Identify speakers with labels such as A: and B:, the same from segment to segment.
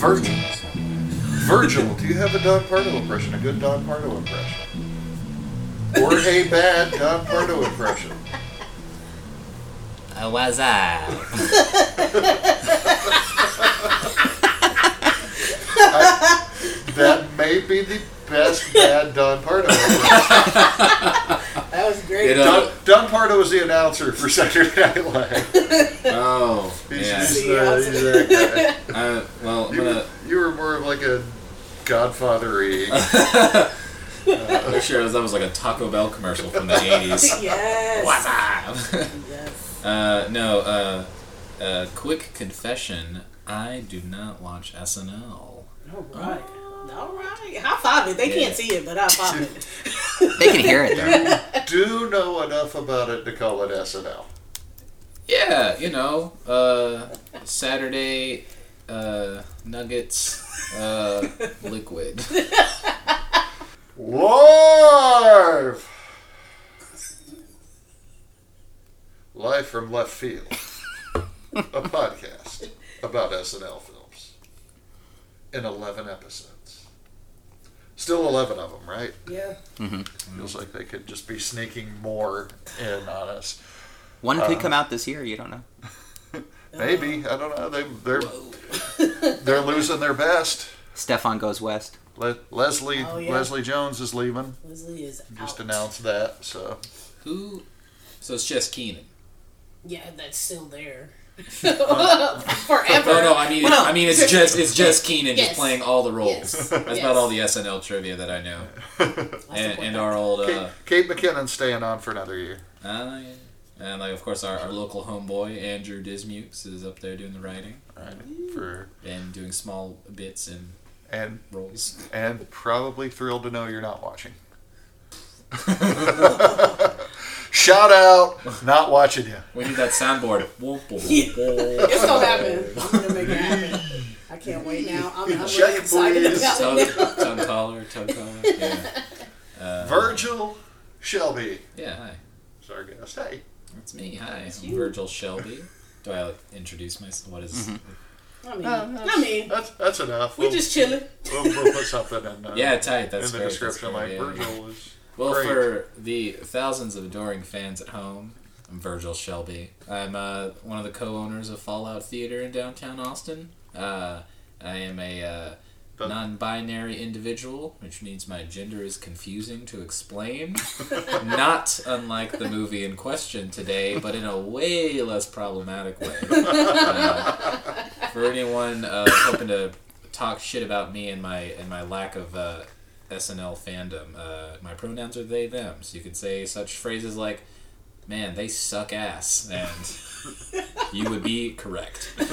A: Virgins. Virgil, do you have a Don Pardo impression? A good Don Pardo impression? Or a bad Don Pardo impression?
B: Uh, what's up?
A: I, that may be the best bad Don Pardo impression.
C: That was great.
D: You know-
A: Don, Don Pardo is the announcer for Saturday Night Live.
D: Oh,
A: He's,
D: yeah.
A: he's the- he's that
D: Uh, well,
A: guy.
D: I'm
A: You were,
D: gonna,
A: you were more of like a godfathery.
D: I'm sure that was like a Taco Bell commercial from the 80s.
C: yes.
D: What's up?
C: Yes.
D: Uh, no, uh, uh, quick confession. I do not watch SNL.
C: All right. All right. High five it. They can't see it, but high five it.
B: They can hear it though.
A: do know enough about it to call it SNL.
D: Yeah, you know, uh, Saturday uh, Nuggets uh, Liquid.
A: Warf! Live from Left Field, a podcast about SNL films in 11 episodes. Still 11 of them, right?
C: Yeah. Mm-hmm.
A: Feels like they could just be sneaking more in on us.
B: One could come out this year. You don't know.
C: Uh,
A: Maybe. I don't know. They, they're, they're losing their best.
B: Stefan goes west.
A: Le- Leslie,
C: Oh, yeah.
A: Leslie Jones is leaving.
C: Leslie is
A: Just
C: out.
A: announced that, so.
D: Who? So it's just Keenan.
C: Yeah, that's still there. Forever.
D: No, no, I mean,
B: Well, no.
D: I mean, it's just it's just Keenan
C: Yes.
D: just playing all the roles.
C: Yes.
D: That's
C: Yes.
D: about all the SNL trivia that I know,
C: I
D: and,
C: support
D: and
C: that.
D: our old, uh,
A: Kate, Kate McKinnon's staying on for another year.
D: uh, and like of course our, our local homeboy Andrew Dismukes is up there doing the writing
A: Right. For
D: and doing small bits and
A: and
D: roles.
A: and probably thrilled to know you're not watching. Shout out, not watching you.
D: We need that soundboard. Whoop, whoop,
C: Yeah.
D: whoop.
C: It's gonna happen. I'm gonna make it happen. I can't wait now. I'm, I'm really
A: Check,
C: excited
A: please.
C: about
D: tongue,
C: it.
D: tongue collar, tongue collar. Yeah. Uh,
A: Virgil Shelby
D: Yeah, hi.
A: is our guest. Hey,
D: It's me. Hi. I'm
C: you.
D: Virgil Shelby. Do I like, introduce myself? What is-
A: Mm-hmm.
C: I mean, I mean,
A: that's that's enough.
C: we just chilling.
A: we'll, we'll put something in. Uh,
D: Yeah, tight.
A: in
D: That's
A: the
D: great, that's
A: description,
D: great,
A: like
D: yeah.
A: Virgil is.
D: Well,
A: Great.
D: for the thousands of adoring fans at home, I'm Virgil Shelby. I'm uh, one of the co-owners of Fallout Theater in downtown Austin. Uh, I am a uh,
A: But-
D: non-binary individual, which means my gender is confusing to explain. Not unlike the movie in question today, but in a way less problematic way. Uh, for anyone uh, hoping to talk shit about me and my and my lack of uh, SNL fandom, uh, my pronouns are they them, so you can say such phrases like. Man, they suck ass, and you would be correct.
A: And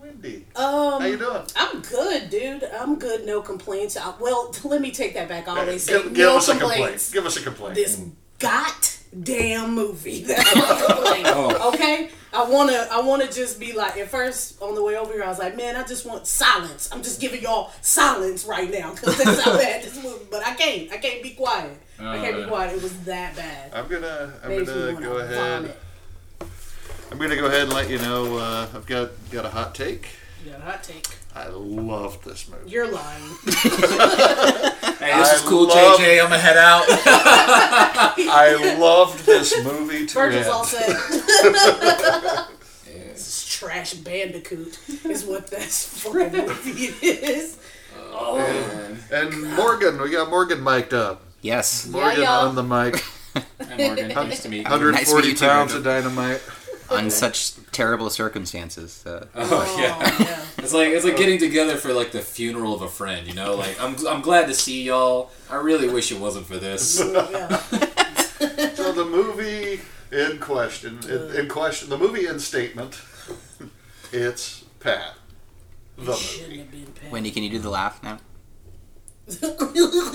A: Wendy,
C: Um,
A: how you doing?
C: I'm good, dude. I'm good. No complaints. I, well, let me take that back. I always say
A: give give
C: no
A: us a complaint.
C: complaints.
A: Give us a complaint.
C: This goddamn movie that I want
A: Oh.
C: to complain. Okay, I wanna, I wanna just be like. At first, on the way over here, I was like, man, I just want silence. I'm just giving y'all silence right now because that's how bad this movie. But I can't. I can't be quiet. I can't
D: Uh,
C: be quiet. It was that bad.
A: I'm gonna I'm
C: Makes me
A: gonna
C: wanna
A: go ahead.
C: vomit.
A: I'm gonna go ahead and let you know uh, I've got got a hot take.
C: You got a hot take.
A: I love this movie.
C: You're lying.
D: Hey, this
A: I
D: is cool,
A: love-
D: JJ. I'm gonna head out.
A: I loved this movie to
C: Virgil's
A: end.
C: all set. This is trash bandicoot is what that's fucking movie is.
D: Oh,
A: and Morgan, we got Morgan mic'd up.
B: Yes.
A: Morgan
C: y'all.
A: on the mic,
D: Hi, Morgan. Nice to meet you.
A: 140
B: you too,
A: pounds
B: Morgan.
A: of dynamite.
B: On such terrible circumstances. Uh,
D: Oh yeah.
C: Oh,
D: It's like it's like getting together for like the funeral of a friend, you know? Like I'm I'm glad to see y'all. I really wish it wasn't for this.
C: yeah. yeah.
A: So the movie in question, in, in question, the movie in statement, it's Pat. The movie.
C: Shouldn't have been Pat.
B: Wendy, can you do the laugh now?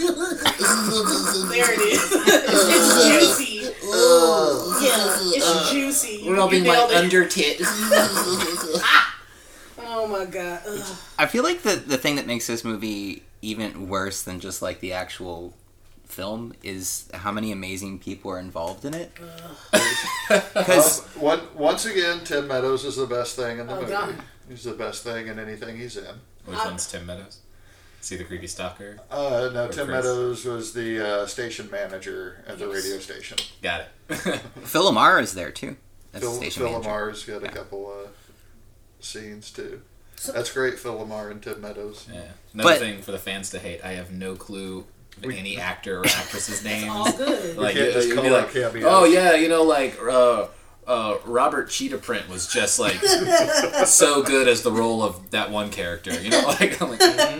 C: there it is. it's juicy. yeah, it's juicy. You, you nailed it.
B: tit.
C: oh my god. Ugh.
B: I feel like the the thing that makes this movie even worse than just like the actual film is how many amazing people are involved in it. Because
A: Um, one, once again, Tim Meadows is the best thing in the
C: Oh,
A: movie.
C: God.
A: He's the best thing in anything he's in.
D: Which
C: I-
D: one's Tim Meadows? See the creepy stalker?
A: Uh, no, Tim
D: Chris.
A: Meadows was the uh, station manager at the
C: Yes.
A: radio station.
D: Got it.
B: Phil Amar is there too. That's the
A: Phil,
B: station
A: Phil
B: manager.
A: Lamar's got a
B: Yeah.
A: couple uh, scenes too.
C: So-
A: That's great, Phil Lamar and Tim Meadows.
D: yeah. Another
B: But-
D: thing for the fans to hate. I have no clue of any actor or actress's names.
C: All good.
D: like
A: can't
D: you-
A: just
D: you'd
A: call
D: be
A: out
D: like,
A: cameos.
D: oh yeah, you know, like uh, uh, Robert Cheetah Print was just like so good as the role of that one character. You know, like I'm like,
C: Mm-hmm.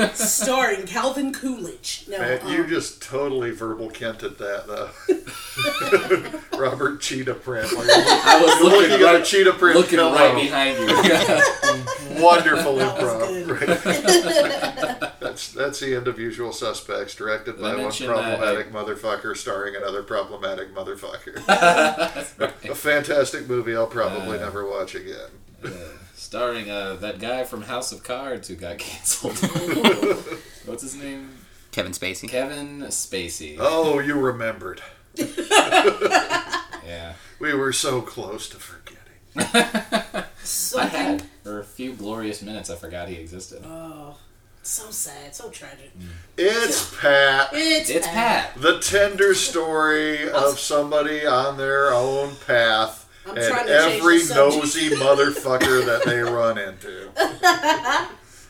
D: mhm.
C: starring Calvin Coolidge. No,
A: Man,
C: um,
A: you just totally verbal kented that though. Robert Cheetah Print. Like,
D: I was
A: you're looking
D: looking
A: at a
D: right,
A: cheetah print
D: looking
A: pillow.
D: right behind you.
A: Wonderful
C: That was
A: improv. right? that's that's the end of Usual Suspects, directed by one
D: mention that
A: problematic motherfucker, starring another problematic motherfucker. A fantastic movie. I'll probably
D: Uh.
A: never watch again.
D: Starring uh, that guy from House of Cards who got canceled. What's his name?
B: Kevin Spacey.
D: Kevin Spacey.
A: Oh, you remembered.
D: Yeah.
A: We were so close to forgetting.
D: I
C: something-
D: had for a few glorious minutes. I forgot he existed.
C: Oh, so sad, so tragic.
A: It's Pat.
C: It's,
D: It's Pat.
A: The tender story of somebody on their own path
C: I'm
A: and
C: trying to change
A: every
C: the subject.
A: nosy motherfucker that they run into.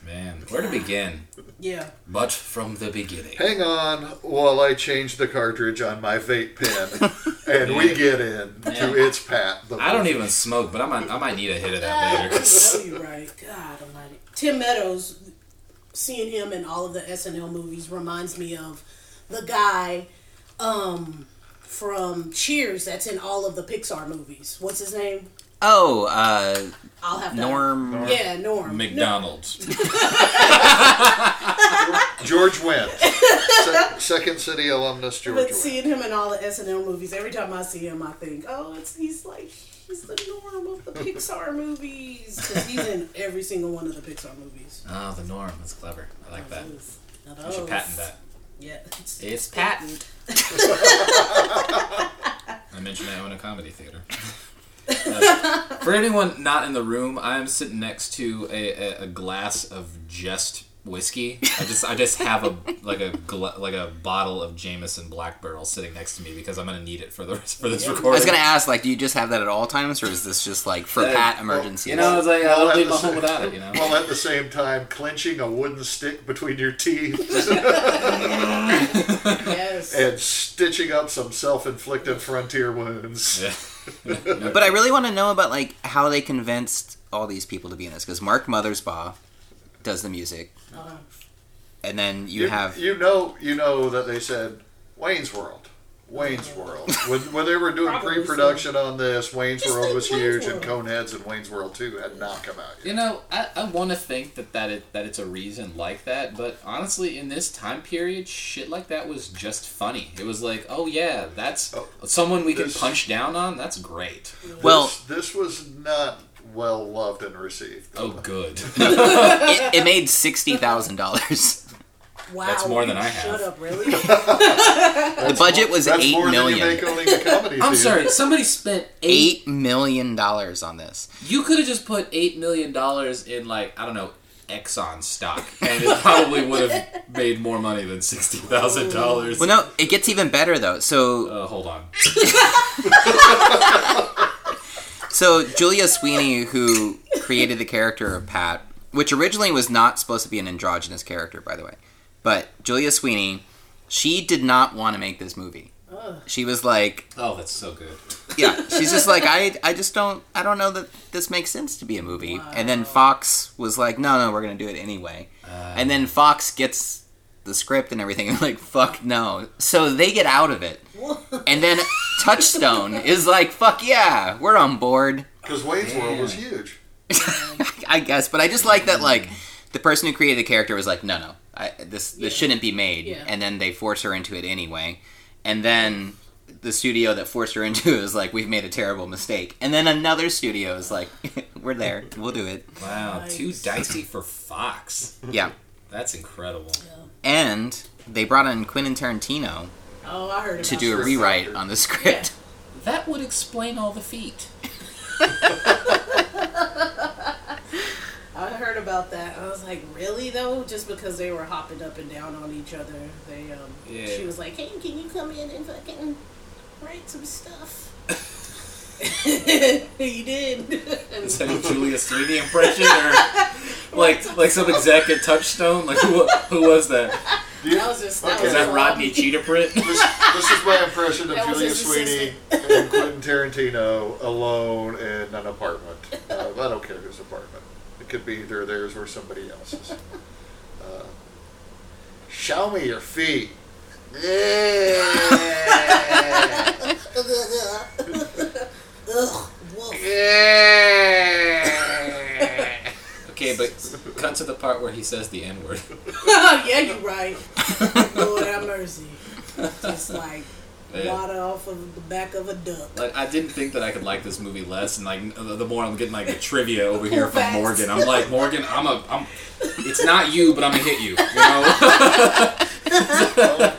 D: Man, where to begin?
C: Yeah.
D: But from the beginning.
A: Hang on while I change the cartridge on my vape pen and we get in to It's Pat. The
D: I don't even smoke, but I might, I might need a hit of that later.
C: Oh, you're right. God almighty. Tim Meadows, seeing him in all of the SNL movies reminds me of the guy um, from Cheers that's in all of the Pixar movies. What's his name?
B: Oh, uh,
C: I'll have to.
B: Norm.
C: Yeah, Norm.
D: McDonald's.
A: George Wendt. Se- Second City alumnus George
C: But
A: Wendt.
C: seeing him in all the SNL movies, every time I see him, I think, oh, it's he's like he's the norm of the Pixar movies 'Cause he's in every single one of the Pixar movies.
D: Oh, the norm. That's clever. I like that. You
C: You
D: should patent that.
C: Yeah, it's,
D: It's patent. I mentioned I own a comedy theater. Uh, for anyone not in the room, I'm sitting next to a, a, a glass of just whiskey. I just I just have a like a gla- like a bottle of Jameson Black Barrel sitting next to me because I'm gonna need it for the rest for this recording.
B: I was gonna ask, like, do you just have that at all times, or is this just like for Pat emergencies?
D: you know, it's like I
A: at
D: don't leave
A: the
D: my home
A: sa-
D: without it. You know.
A: While at the same time clenching a wooden stick between your teeth
C: yes.
A: and stitching up some self-inflicted frontier wounds.
B: But I really want to know about like how they convinced all these people to be in this because Mark Mothersbaugh does the music,
C: Uh,
B: and then you, have
A: you know you know that they said Wayne's World. Wayne's World. When, when they were doing
C: Probably
A: pre-production on this, Wayne's
C: Just
A: World
C: like
A: was huge,
C: Wayne's
A: and
C: World.
A: Coneheads and Wayne's World Two had not come out yet.
D: You know, I, I want to think that that, it, that it's a reason like that, but honestly, in this time period, shit like that was just funny. It was like, oh yeah, that's
A: Oh,
D: someone we can
A: this-
D: punch down on. That's great.
B: well,
A: this, this was not well loved and received.
D: Oh good.
B: it, it made sixty thousand dollars.
C: wow.
D: That's more than I have.
C: Shut up, really?
B: The budget was
A: That's
B: eight
A: more than you
B: million.
A: make owning a comedy.
D: I'm
A: theater.
D: sorry. Somebody spent eight.
B: Eight million dollars on this.
D: You could have just put eight million dollars in like I don't know Exxon stock, and it probably would have made more money than sixty thousand dollars.
B: Well, no, it gets even better though. So,
D: Uh, hold on.
B: so Julia Sweeney, who created the character of Pat, which originally was not supposed to be an androgynous character, by the way, but Julia Sweeney, she did not want to make this movie. She was like,
D: Oh, that's so good.
B: yeah she's just like i i just don't i don't know that this makes sense to be a movie and then fox was like no no we're gonna do it anyway
D: Uh,
B: and then fox gets the script and everything and like fuck no so they get out of it and then touchstone is like fuck yeah we're on board
A: Because Wayne's World was huge.
B: i guess but i just like that like the person who created the character was like no no I, this this shouldn't be made
C: Mm. Yeah.
B: and then they force her into it anyway and then the studio that forced her into it was like we've made a terrible mistake and then another studio is like we're there we'll do it
D: Wow, too
C: Nice.
D: dicey for Fox.
B: yeah
D: That's incredible.
B: and they brought in Quentin Tarantino
C: Oh, I heard.
B: to
C: about
B: do a
C: that.
B: rewrite on the script.
D: That would explain all the feet.
C: I heard about that. I was like, really though? Just because they were hopping up and down on each other, they um.
D: Yeah.
C: She was like, hey, can you come in and fucking write some stuff? he did.
D: Is that a Julia Sweeney impression or like like some exec at Touchstone? Like who who was that?
A: Do you-
C: That was just- that
A: okay.
D: Is that Rodney Cheetah print?
A: this, this is my impression of
C: That was
A: Julia
C: his
A: Sweeney and Quentin Tarantino alone in an apartment. Uh, I don't care whose apartment. It could be either theirs or somebody else's. Uh, Show me your feet. Yeah.
C: Ugh. Woof.
A: Yeah.
D: Okay, but cut to the part where he says the N word.
C: yeah, you're right. Lord have mercy. Just like
D: Yeah.
C: water off of the back of a duck.
D: Like I didn't think that I could like this movie less, and like the the more I'm getting like the trivia over here from
C: facts.
D: Morgan, I'm like Morgan, I'm a, I'm. It's not you, but I'm gonna hit you. You know.
A: Well,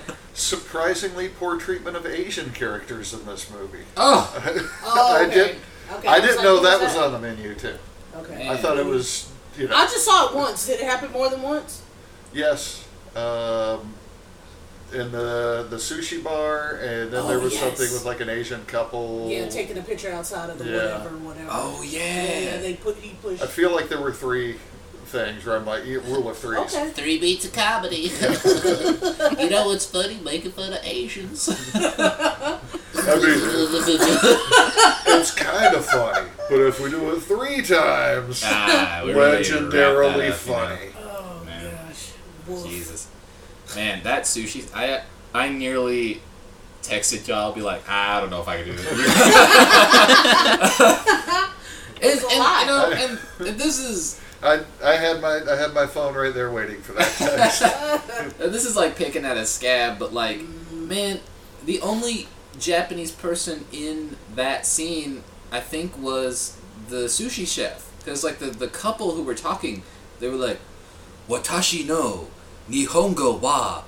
A: surprisingly poor treatment of Asian characters in this movie.
D: oh,
C: Oh,
A: I
C: okay.
A: did.
C: Okay,
A: I
C: was
A: didn't
C: like,
A: know
C: what
A: that was on the menu too.
C: Okay.
A: I thought it was. You know,
C: I just saw it once. Did it happen more than once?
A: Yes. Um, in the the sushi bar, and then
C: Oh,
A: there was
C: yes.
A: something with like an Asian couple.
C: Yeah, taking a picture outside of the
A: Oh. Yeah.
C: whatever, whatever.
D: oh
C: Yeah, yeah,
D: yeah.
C: they put he pushed.
A: I feel like there were three things where I'm like, yeah, rule of threes.
C: Okay.
E: Three beats of comedy. you know what's funny? Making fun of Asians.
A: I mean, it's kind of funny, but if we do it three times,
D: Ah, we really need to wrap that up, you
A: legendarily
D: know.
A: funny.
C: Oh
D: Man.
C: gosh. Woof.
D: Jesus, man, that sushi. I I nearly texted y'all, be like, "Ah, I don't know if I can do this.
C: It's
D: and,
C: a lot.
D: you know, and, and this is
A: I, I had my I had my phone right there waiting for that text.
D: Uh, This is like picking at a scab, but like, man, the only Japanese person in that scene, I think, was the sushi chef. Because like the, the couple who were talking, they were like, "Watashi no Nihongo wa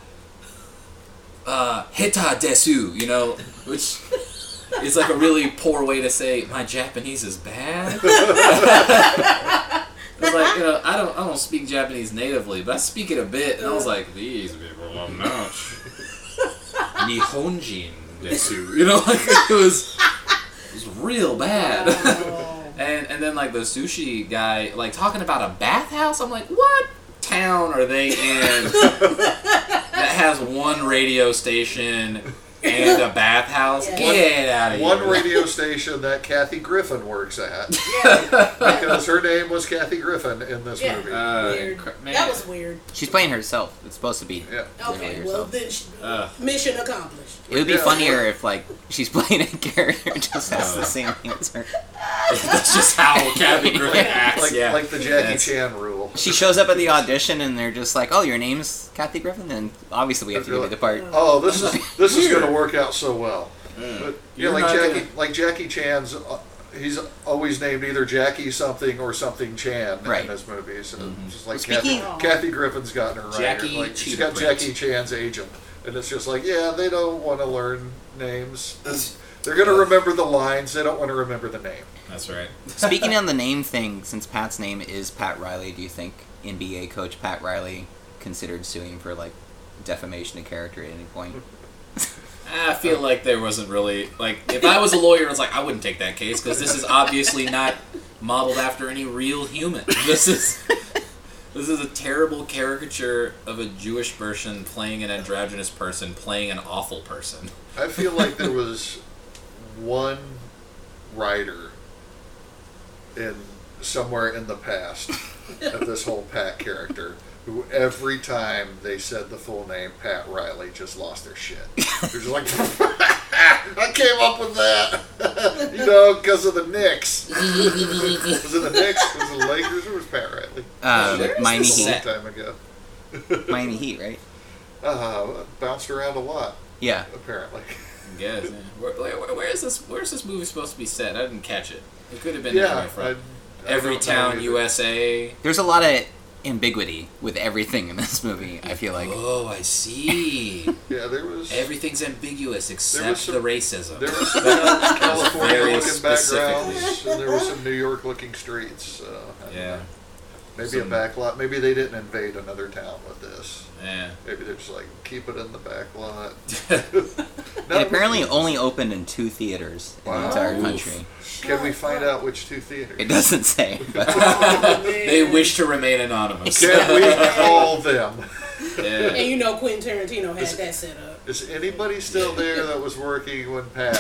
D: uh, heta desu," you know, which is like a really poor way to say my Japanese is bad. It's like
C: Uh-huh.
D: you know, I don't I don't speak Japanese natively, but I speak it a bit, and I was like, these people are not Nihonjin desu. You know, like it was it was real bad.
C: Oh.
D: and and then like the sushi guy, like talking about a bathhouse, I'm like, what town are they in that has one radio station and a bathhouse?
C: Yeah.
D: Get out of here!
A: One radio station that Kathy Griffin works at because her name was Kathy Griffin in this
C: Yeah.
A: movie.
D: Uh,
C: Weird.
D: cr- man.
C: That was weird.
B: She's playing herself. It's supposed to be.
A: yeah.
C: Okay,
B: Really
C: well
B: yourself.
C: then, sh-
D: Uh.
C: mission accomplished.
B: It would be
A: Yeah.
B: funnier if like she's playing a character who just has
D: No.
B: the same answer.
D: That's just how Kathy Griffin acts.
A: Like,
D: yeah.
A: like the Jackie
D: Yes.
A: Chan rule.
B: She shows up at the audition and they're just like, "Oh, your name's Kathy Griffin," and obviously we have to give you the part.
A: Oh, this is this is going to work out so well. But yeah,
D: Hmm. You're
A: like
D: not
A: Jackie,
D: gonna-
A: like Jackie Chan's, uh, he's always named either Jackie something or something Chan
B: Right.
A: in his movies, and it's just like
B: speaking-
A: Kathy, Kathy Griffin's gotten her right.
D: Mm-hmm. Jackie
A: like she's
D: Cheetah
A: got
D: Print.
A: Jackie Chan's agent, and it's just like yeah, they don't want to learn names. They're going to remember the lines. They don't want to remember the name.
D: That's right.
B: Speaking on the name thing, since Pat's name is Pat Riley, do you think NBA coach Pat Riley considered suing for like defamation of character at any point?
D: I feel like there wasn't really like if I was a lawyer, it's like I wouldn't take that case because this is obviously not modeled after any real human. This is this is a terrible caricature of a Jewish person playing an androgynous person playing an awful person.
A: I feel like there was one writer in somewhere in the past of this whole Pat character who every time they said the full name Pat Riley just lost their shit. They're just like, I came up with that, you know, because of the Knicks. was it the Knicks? Was it the Lakers? Or was it Pat Riley?
B: Uh,
D: Sure.
B: Miami
A: a long
B: Heat,
D: Set.
A: time ago.
B: Miami Heat, right?
A: Uh, bounced around a lot,
B: Yeah,
A: apparently.
D: Yes. Where, where, where is this? Where's this movie supposed to be set? I didn't catch it. It could have been
A: Yeah,
D: anywhere from
A: I- I
D: every
A: don't know
D: town,
A: either.
D: USA.
B: there's a lot of ambiguity with everything in this movie. I feel like
D: Oh, I see.
A: Yeah, there was
D: Everything's ambiguous
A: There
D: except
A: was some-
D: the racism.
A: there was some California
D: Very
A: looking backgrounds,
D: specifically.
A: and there were some New York looking streets. Uh, I don't
D: yeah,
A: know. maybe a
D: Some-
A: back lot. Maybe they didn't invade another town with this.
D: yeah.
A: Maybe they're just like keep it in the back lot.
B: it apparently only opened in two theaters in the
A: Wow.
B: entire
D: Oof.
B: country.
A: Can we find out which two theaters?
B: It doesn't say. But
D: They wish to remain anonymous.
A: Can we call them?
D: Yeah.
C: And you know Quentin Tarantino had that set up.
A: Is anybody still there that was working when Pat?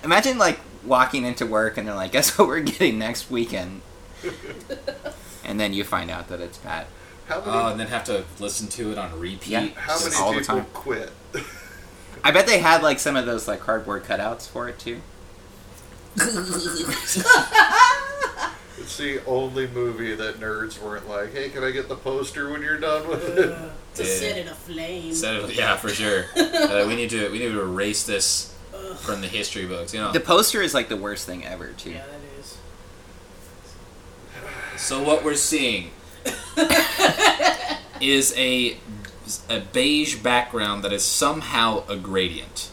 B: imagine like walking into work and they're like, "Guess what we're getting next weekend," and then you find out that it's Pat.
A: How many?
D: Oh, and then have to listen to it on repeat.
B: Yeah.
A: how many
B: all the
A: people
B: time.
A: quit?
B: I bet they had like some of those like cardboard cutouts for it too.
A: It's the only movie that nerds weren't like, "Hey, can I get the poster when you're done with it?"
C: Uh, To
D: Yeah.
C: set it aflame.
D: So, yeah, for sure. Uh, we need to we need to erase this from the history books. You know.
B: The poster is like the worst thing ever too.
C: yeah, that is.
D: So what we're seeing is a a beige background that is somehow a gradient.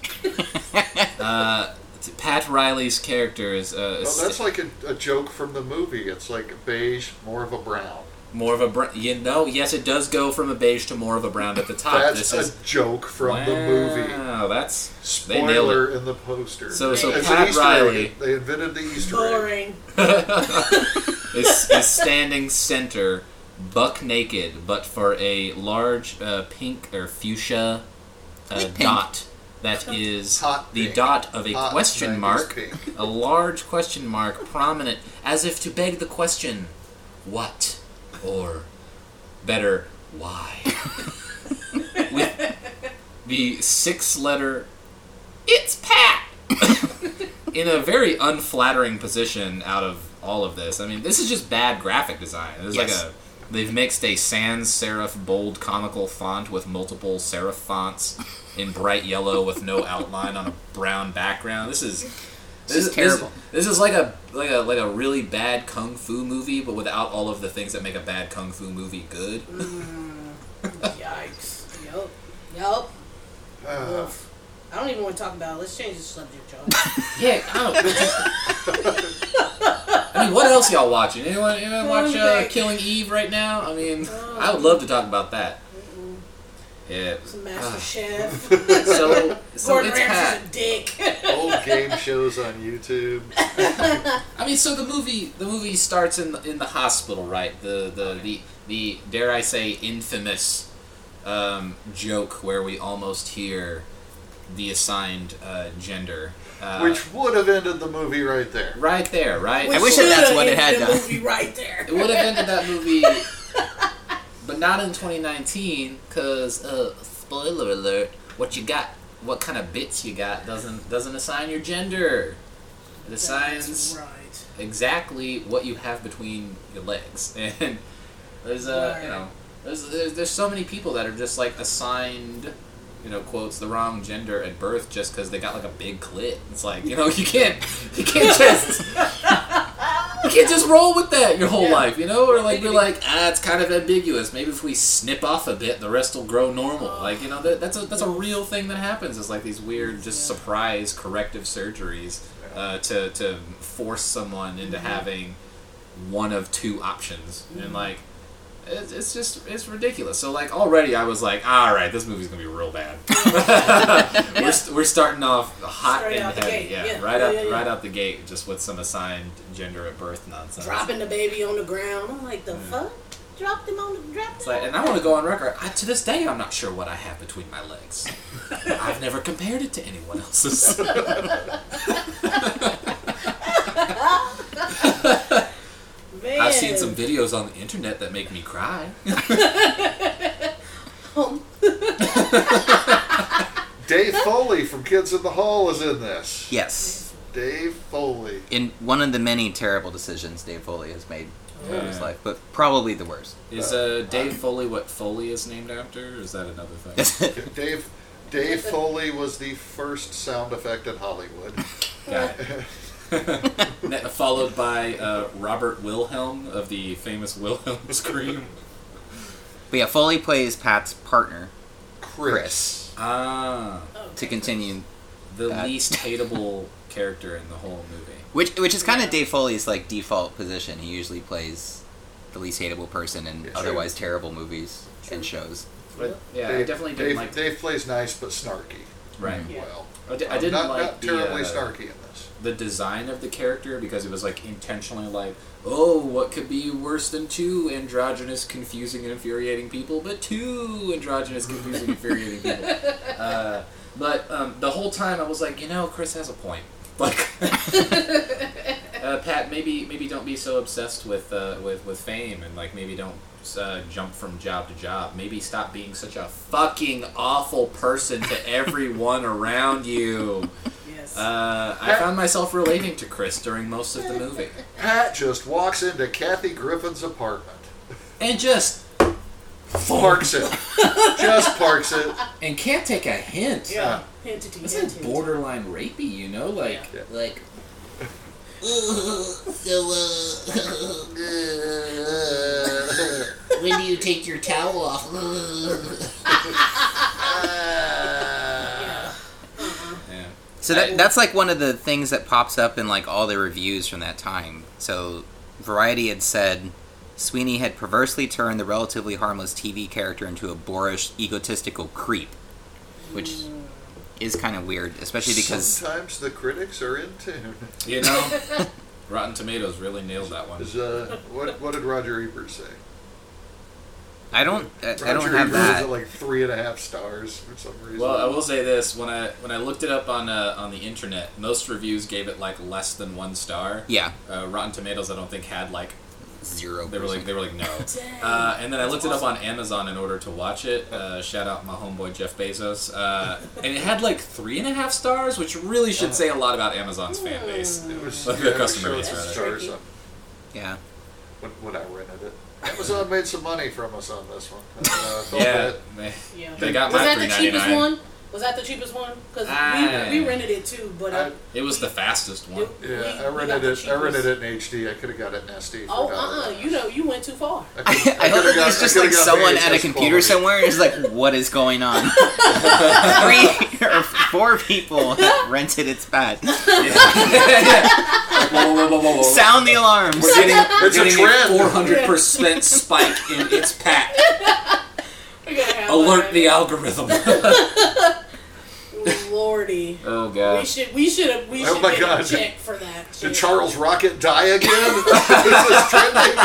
D: uh, t- Pat Riley's character is, uh,
A: Well,
D: is
A: that's like a, a joke from the movie. It's like beige, more of a brown.
D: more of a brown. You know, yes, it does go from a beige to more of a brown at the top.
A: That's
D: Ah, this is
A: a joke from the movie.
D: Wow, that's they nailed
A: Spoiler in the poster.
D: So-
C: so
A: It's
D: Pat
A: an Easter
D: Riley-
A: egg. They invented the Easter egg.
C: Boring.
D: is, is standing center, buck naked, but for a large uh, pink or fuchsia uh,
B: Like pink.
D: dot that is
A: Hot
D: the
A: pink.
D: dot of a
A: Hot
D: question
A: 90s
D: mark,
A: pink.
D: a large question mark, prominent, as if to beg the question, what? Or better, why? With the six letter, it's Pat! in a very unflattering position out of all of this. I mean, this is just bad graphic design. It's
B: Yes.
D: like a they've mixed a sans serif bold comical font with multiple serif fonts in bright yellow with no outline on a brown background. This is this,
B: is terrible.
D: This, is like a like a like a really bad kung fu movie, but without all of the things that make a bad kung fu movie good.
C: Yikes. Yup. Yup.
A: Ah,
C: Oof. I don't even want to talk about it. Let's change the subject, y'all.
D: Yeah, I don't. I mean, what else y'all watching? Anyone, anyone watch uh,
C: Okay.
D: Killing Eve right now? I mean, I would love to talk about that. Yeah.
C: Master Chef.
D: So, so
C: Gordon
D: it's Pat.
C: Ramsay's a dick.
A: old game shows on YouTube.
D: I mean, so the movie the movie starts in the, in the hospital, right? The the the, the dare I say infamous um, joke where we almost hear the assigned uh, gender. Uh,
A: Which would have ended the movie right there.
D: right there, right?
C: We
B: wish that that's
C: should've
B: what it had
C: ended
B: done.
C: The movie right there.
D: It would have ended that movie, but not in 2019, because uh, spoiler alert: what you got, what kind of bits you got, doesn't doesn't assign your gender. It
C: That's
D: assigns
C: right.
D: exactly what you have between your legs, and there's uh, you know, there's, there's there's so many people that are just like assigned. You know, quotes the wrong gender at birth just because they got like a big clit. It's like you know you can't you can't just you can't just roll with that your whole life, you know? Or like you're like, ah, it's kind of ambiguous. Maybe if we snip off a bit, the rest will grow normal. Like you know, that, that's a that's a real thing that happens. It's like these weird, just surprise corrective surgeries uh, to to force someone into
C: Mm-hmm.
D: having one of two options, and like. It's, it's just it's ridiculous. So like already I was like, all right, this movie's gonna be real bad. we're, st- we're starting off hot
C: Straight
D: and
C: out the
D: heavy,
C: gate,
D: yeah,
C: yeah.
D: right
C: Yeah,
D: out
C: yeah, yeah.
D: right out the gate, just with some assigned gender at birth nonsense.
C: Dropping the baby on the ground. I'm like, the fuck? Dropped him on the. Dropped
D: It's
C: him
D: like,
C: on
D: and I want to go on record. I, to this day, I'm not sure what I have between my legs. I've never compared it to anyone else's.
C: Man.
D: I've seen some videos on the internet that make me cry.
A: Dave Foley from Kids in the Hall is in this.
B: Yes,
A: Dave Foley.
B: in one of the many terrible decisions Dave Foley has made in his
D: Yeah.
B: life, but probably the worst.
D: Is uh, Dave Foley what Foley is named after? Or is that another thing?
A: Dave Dave Foley was the first sound effect in Hollywood.
D: Got it. Ne- followed by uh, Robert Wilhelm of the famous Wilhelm scream.
B: But yeah, Foley plays Pat's partner
A: Chris.
D: Ah,
B: to continue,
D: the
B: That-
D: least hateable character in the whole movie.
B: which which is kind of Dave Foley's like default position. He usually plays the least hateable person in
A: Sure.
B: otherwise terrible movies and shows.
D: But yeah, I
A: Dave-
D: definitely didn't
A: Dave,
D: like.
A: Dave plays nice but snarky.
D: right.
C: Yeah.
A: Well,
D: I, di- I
A: Um,
D: didn't
A: not,
D: like
A: not
D: the,
A: terribly
D: uh,
A: snarky in this.
D: the design of the character because it was like intentionally like, oh, what could be worse than two androgynous, confusing, and infuriating people, but two androgynous, confusing, infuriating people. Uh, but um, the whole time I was like, you know, Chris has a point. Like, uh, Pat, maybe maybe don't be so obsessed with uh, with with fame and like maybe don't uh, jump from job to job. Maybe stop being such a fucking awful person to everyone around you.
C: Yes.
D: Uh, I found myself relating to Chris during most of the movie.
A: Pat just walks into Kathy Griffin's apartment,
D: And just.
A: parks it, just parks it.
D: And can't take a hint.
C: yeah. Entity.
D: This uh, is borderline rapey, you know? Like,
A: Yeah.
D: like
E: So, uh, when do you take your towel off?
D: yeah.
B: So that, that's like one of the things that pops up in like all the reviews from that time. So Variety had said Sweeney had perversely turned the relatively harmless TV character into a boorish, egotistical creep, which
A: Mm.
B: is kind of weird, especially because
A: sometimes the critics are in tune.
D: you know, Rotten Tomatoes really nailed that one.
A: Is, uh, what what did Roger Ebert say?
B: I don't I, I
A: Roger
B: don't have
A: Ebert was
B: that.
A: at like three and a half stars for some reason.
D: Well, I will say this: when I when I looked it up on uh, on the internet, most reviews gave it like less than one star.
B: Yeah,
D: Uh, Rotten Tomatoes, I don't think had like
B: zero.
D: they were like
B: percent.
D: they were like no. Uh, and then I looked it up on Amazon in order to watch it. Uh, shout out my homeboy Jeff Bezos. Uh, and it had like three and a half stars, which really should say a lot about Amazon's fan base.
A: it was
D: Look at
A: yeah,
D: the customer
A: it was
D: base,
A: showing
D: rather.
A: stars on,
B: yeah.
A: when, when I rented it. Amazon made some money from us on this one. Uh, don't
D: Yeah,
A: bet.
D: they,
C: Yeah.
D: they got
C: was
D: my
C: that
D: three
C: the
D: ninety
C: cheapest
D: nine.
C: one? Was that the cheapest one? Because
D: Ah.
C: we, we rented it too, but uh,
D: It was the fastest one.
C: it- we-
A: Yeah, I
C: we got
A: rented
C: the
A: it. I rented
C: cheapest.
A: it in HD. I could have got it in SD. For
C: Oh,
A: $1.
C: uh, uh you know, you went too far.
A: I,
B: I,
A: could've-
B: I hope
A: could've
B: that there's
A: got- I
B: just
A: could've
B: like
A: got
B: someone
A: VHS
B: at a computer
A: quality.
B: somewhere and is like, "What is going on?" Three or four people have rented its bad.
D: Whoa, whoa, whoa, whoa, whoa.
B: Sound the alarms.
D: We're getting, we're
A: It's a trend.
D: getting a 400% spike in its pack.
C: We're gonna have
D: Alert
C: like-
D: the algorithm.
C: Lordy.
D: oh,
C: We
D: God.
C: should we should have we
A: Oh
C: should
A: my
C: get
A: God.
C: a check for that.
A: Did
C: shit.
A: Charles Rocket die again? this is trending.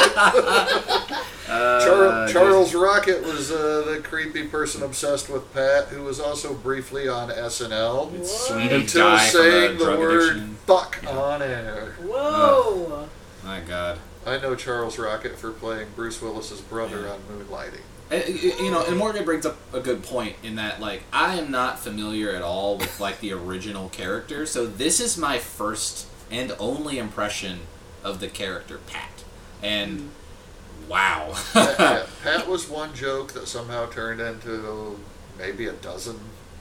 B: Oh,
A: Char-
D: Uh,
A: Charles Rocket was uh, the creepy person obsessed with Pat, who was also briefly on SNL
D: Sweeney
A: until
D: die from a
A: saying the
D: drug
A: word
D: addiction.
A: "fuck" on air.
C: Whoa.
D: My God.
A: I know Charles Rocket for playing Bruce Willis's brother on Moonlighting.
D: Uh, you know, and Morgan brings up a good point in that, like, I am not familiar at all with like the original character, so this is my first and only impression of the character Pat, and wow,
A: Pat, Pat- Pat was one joke that somehow turned into maybe a dozen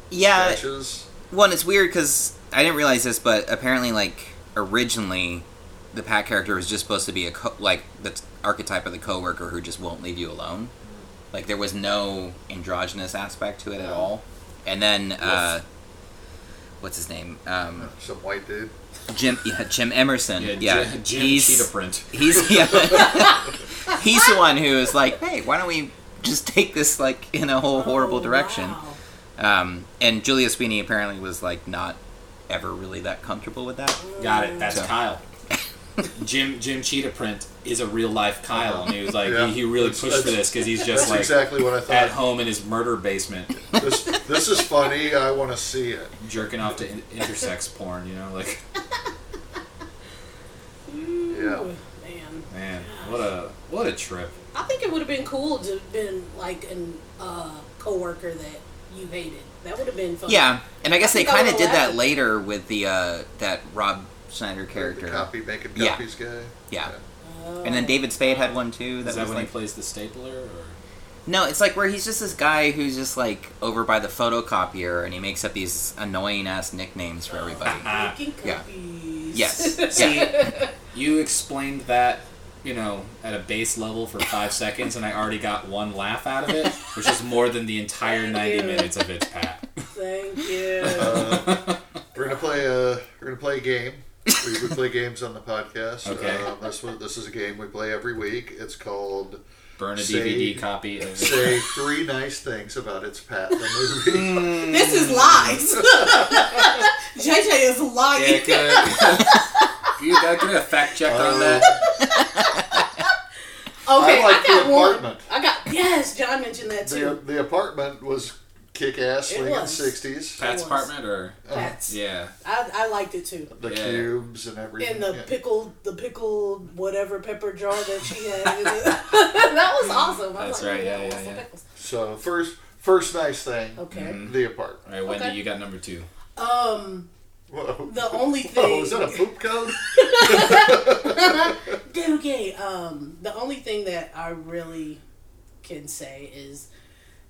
B: Yeah,
A: sketches.
B: One, it's weird because I didn't realize this, but apparently, like originally, the Pat character was just supposed to be a co- like the archetype of the coworker who just won't leave you alone. Like there was no androgynous aspect to it at all. And then, uh, what's his name? Um,
A: Some white dude.
B: Jim yeah, Jim Emerson. Yeah,
D: Jim, Jim Cheetah
B: he's
D: Print.
B: he's yeah, he's the one who is like, hey, why don't we just take this like in a whole horrible
C: Oh,
B: direction?
C: wow.
B: Um, and Julia Sweeney apparently was like not ever really that comfortable with that.
D: Got it. That's
B: So-
D: Kyle. Jim Jim Cheetah Print is a real life Kyle, and he was like,
A: Yeah.
D: he, he really pushed for
A: that's-
D: this because he's just
A: That's
D: like
A: exactly what I
D: at
A: thought.
D: home in his murder basement,
A: This, this is funny. I want to see it.
D: jerking off to in- intersex porn. You know, like
A: Yeah.
C: Man.
D: man, what a what a trip.
C: I think it would have been cool to have been like an uh coworker that you hated. That would have been fun.
B: Yeah, and I guess
C: I
B: they
C: think I
B: kind of
C: would've
B: did that
C: laughed.
B: later with the uh, that Rob Schneider character.
A: The copy making
B: Yeah.
A: copies guy.
B: Yeah.
C: Oh.
B: And then David Spade had one too. That
D: Is that
B: was
D: when
B: like
D: he plays the stapler? Or?
B: no, it's like where he's just this guy who's just like over by the
D: Ah,
B: photocopier, and he makes up these annoying ass nicknames for everybody.
C: Making
B: Ah, Yeah.
C: copies.
B: Yes.
D: See, you explained that, you know, at a base level for five seconds, and I already got one laugh out of it, which is more than the entire
C: Thank
D: ninety
C: you.
D: minutes of its pat.
C: Thank you.
A: Uh, We're gonna play a we're gonna play a game. We, we play games on the podcast.
D: Okay.
A: Um, this one this is a game we play every week. It's called
D: Burn a
A: Say-
D: DVD copy of it.
A: "Say Three Nice Things About Its Pat the Movie."
C: this is lies. JJ is lying.
D: Yeah, good. you gotta get a fact check on that.
C: Okay,
A: I like
C: I, got
A: the
C: one.
A: apartment.
C: I got yes. John mentioned that
A: The,
C: too.
A: the apartment was kick ass
C: It
A: swinging
C: was.
A: sixties.
D: Pat's
C: was.
D: apartment, or
A: uh,
C: That's
D: yeah,
C: I, I liked it too.
A: The
D: Yeah.
A: cubes and everything.
C: And the
A: yeah.
C: pickled, the pickled whatever pepper jar that she had. in it. that was awesome. I
D: That's
C: was like,
D: right, yeah,
C: I
D: yeah,
C: want some
D: yeah. Mm-hmm.
C: pickles.
A: So first first nice thing.
C: Okay.
A: The apartment.
D: all right, Wendy,
C: Okay.
D: you got number two.
C: Um,
A: Whoa.
C: the
D: Oh,
C: only thing.
A: Whoa, Oh, is that a poop code?
C: Okay, okay. Um, the only thing that I really can say is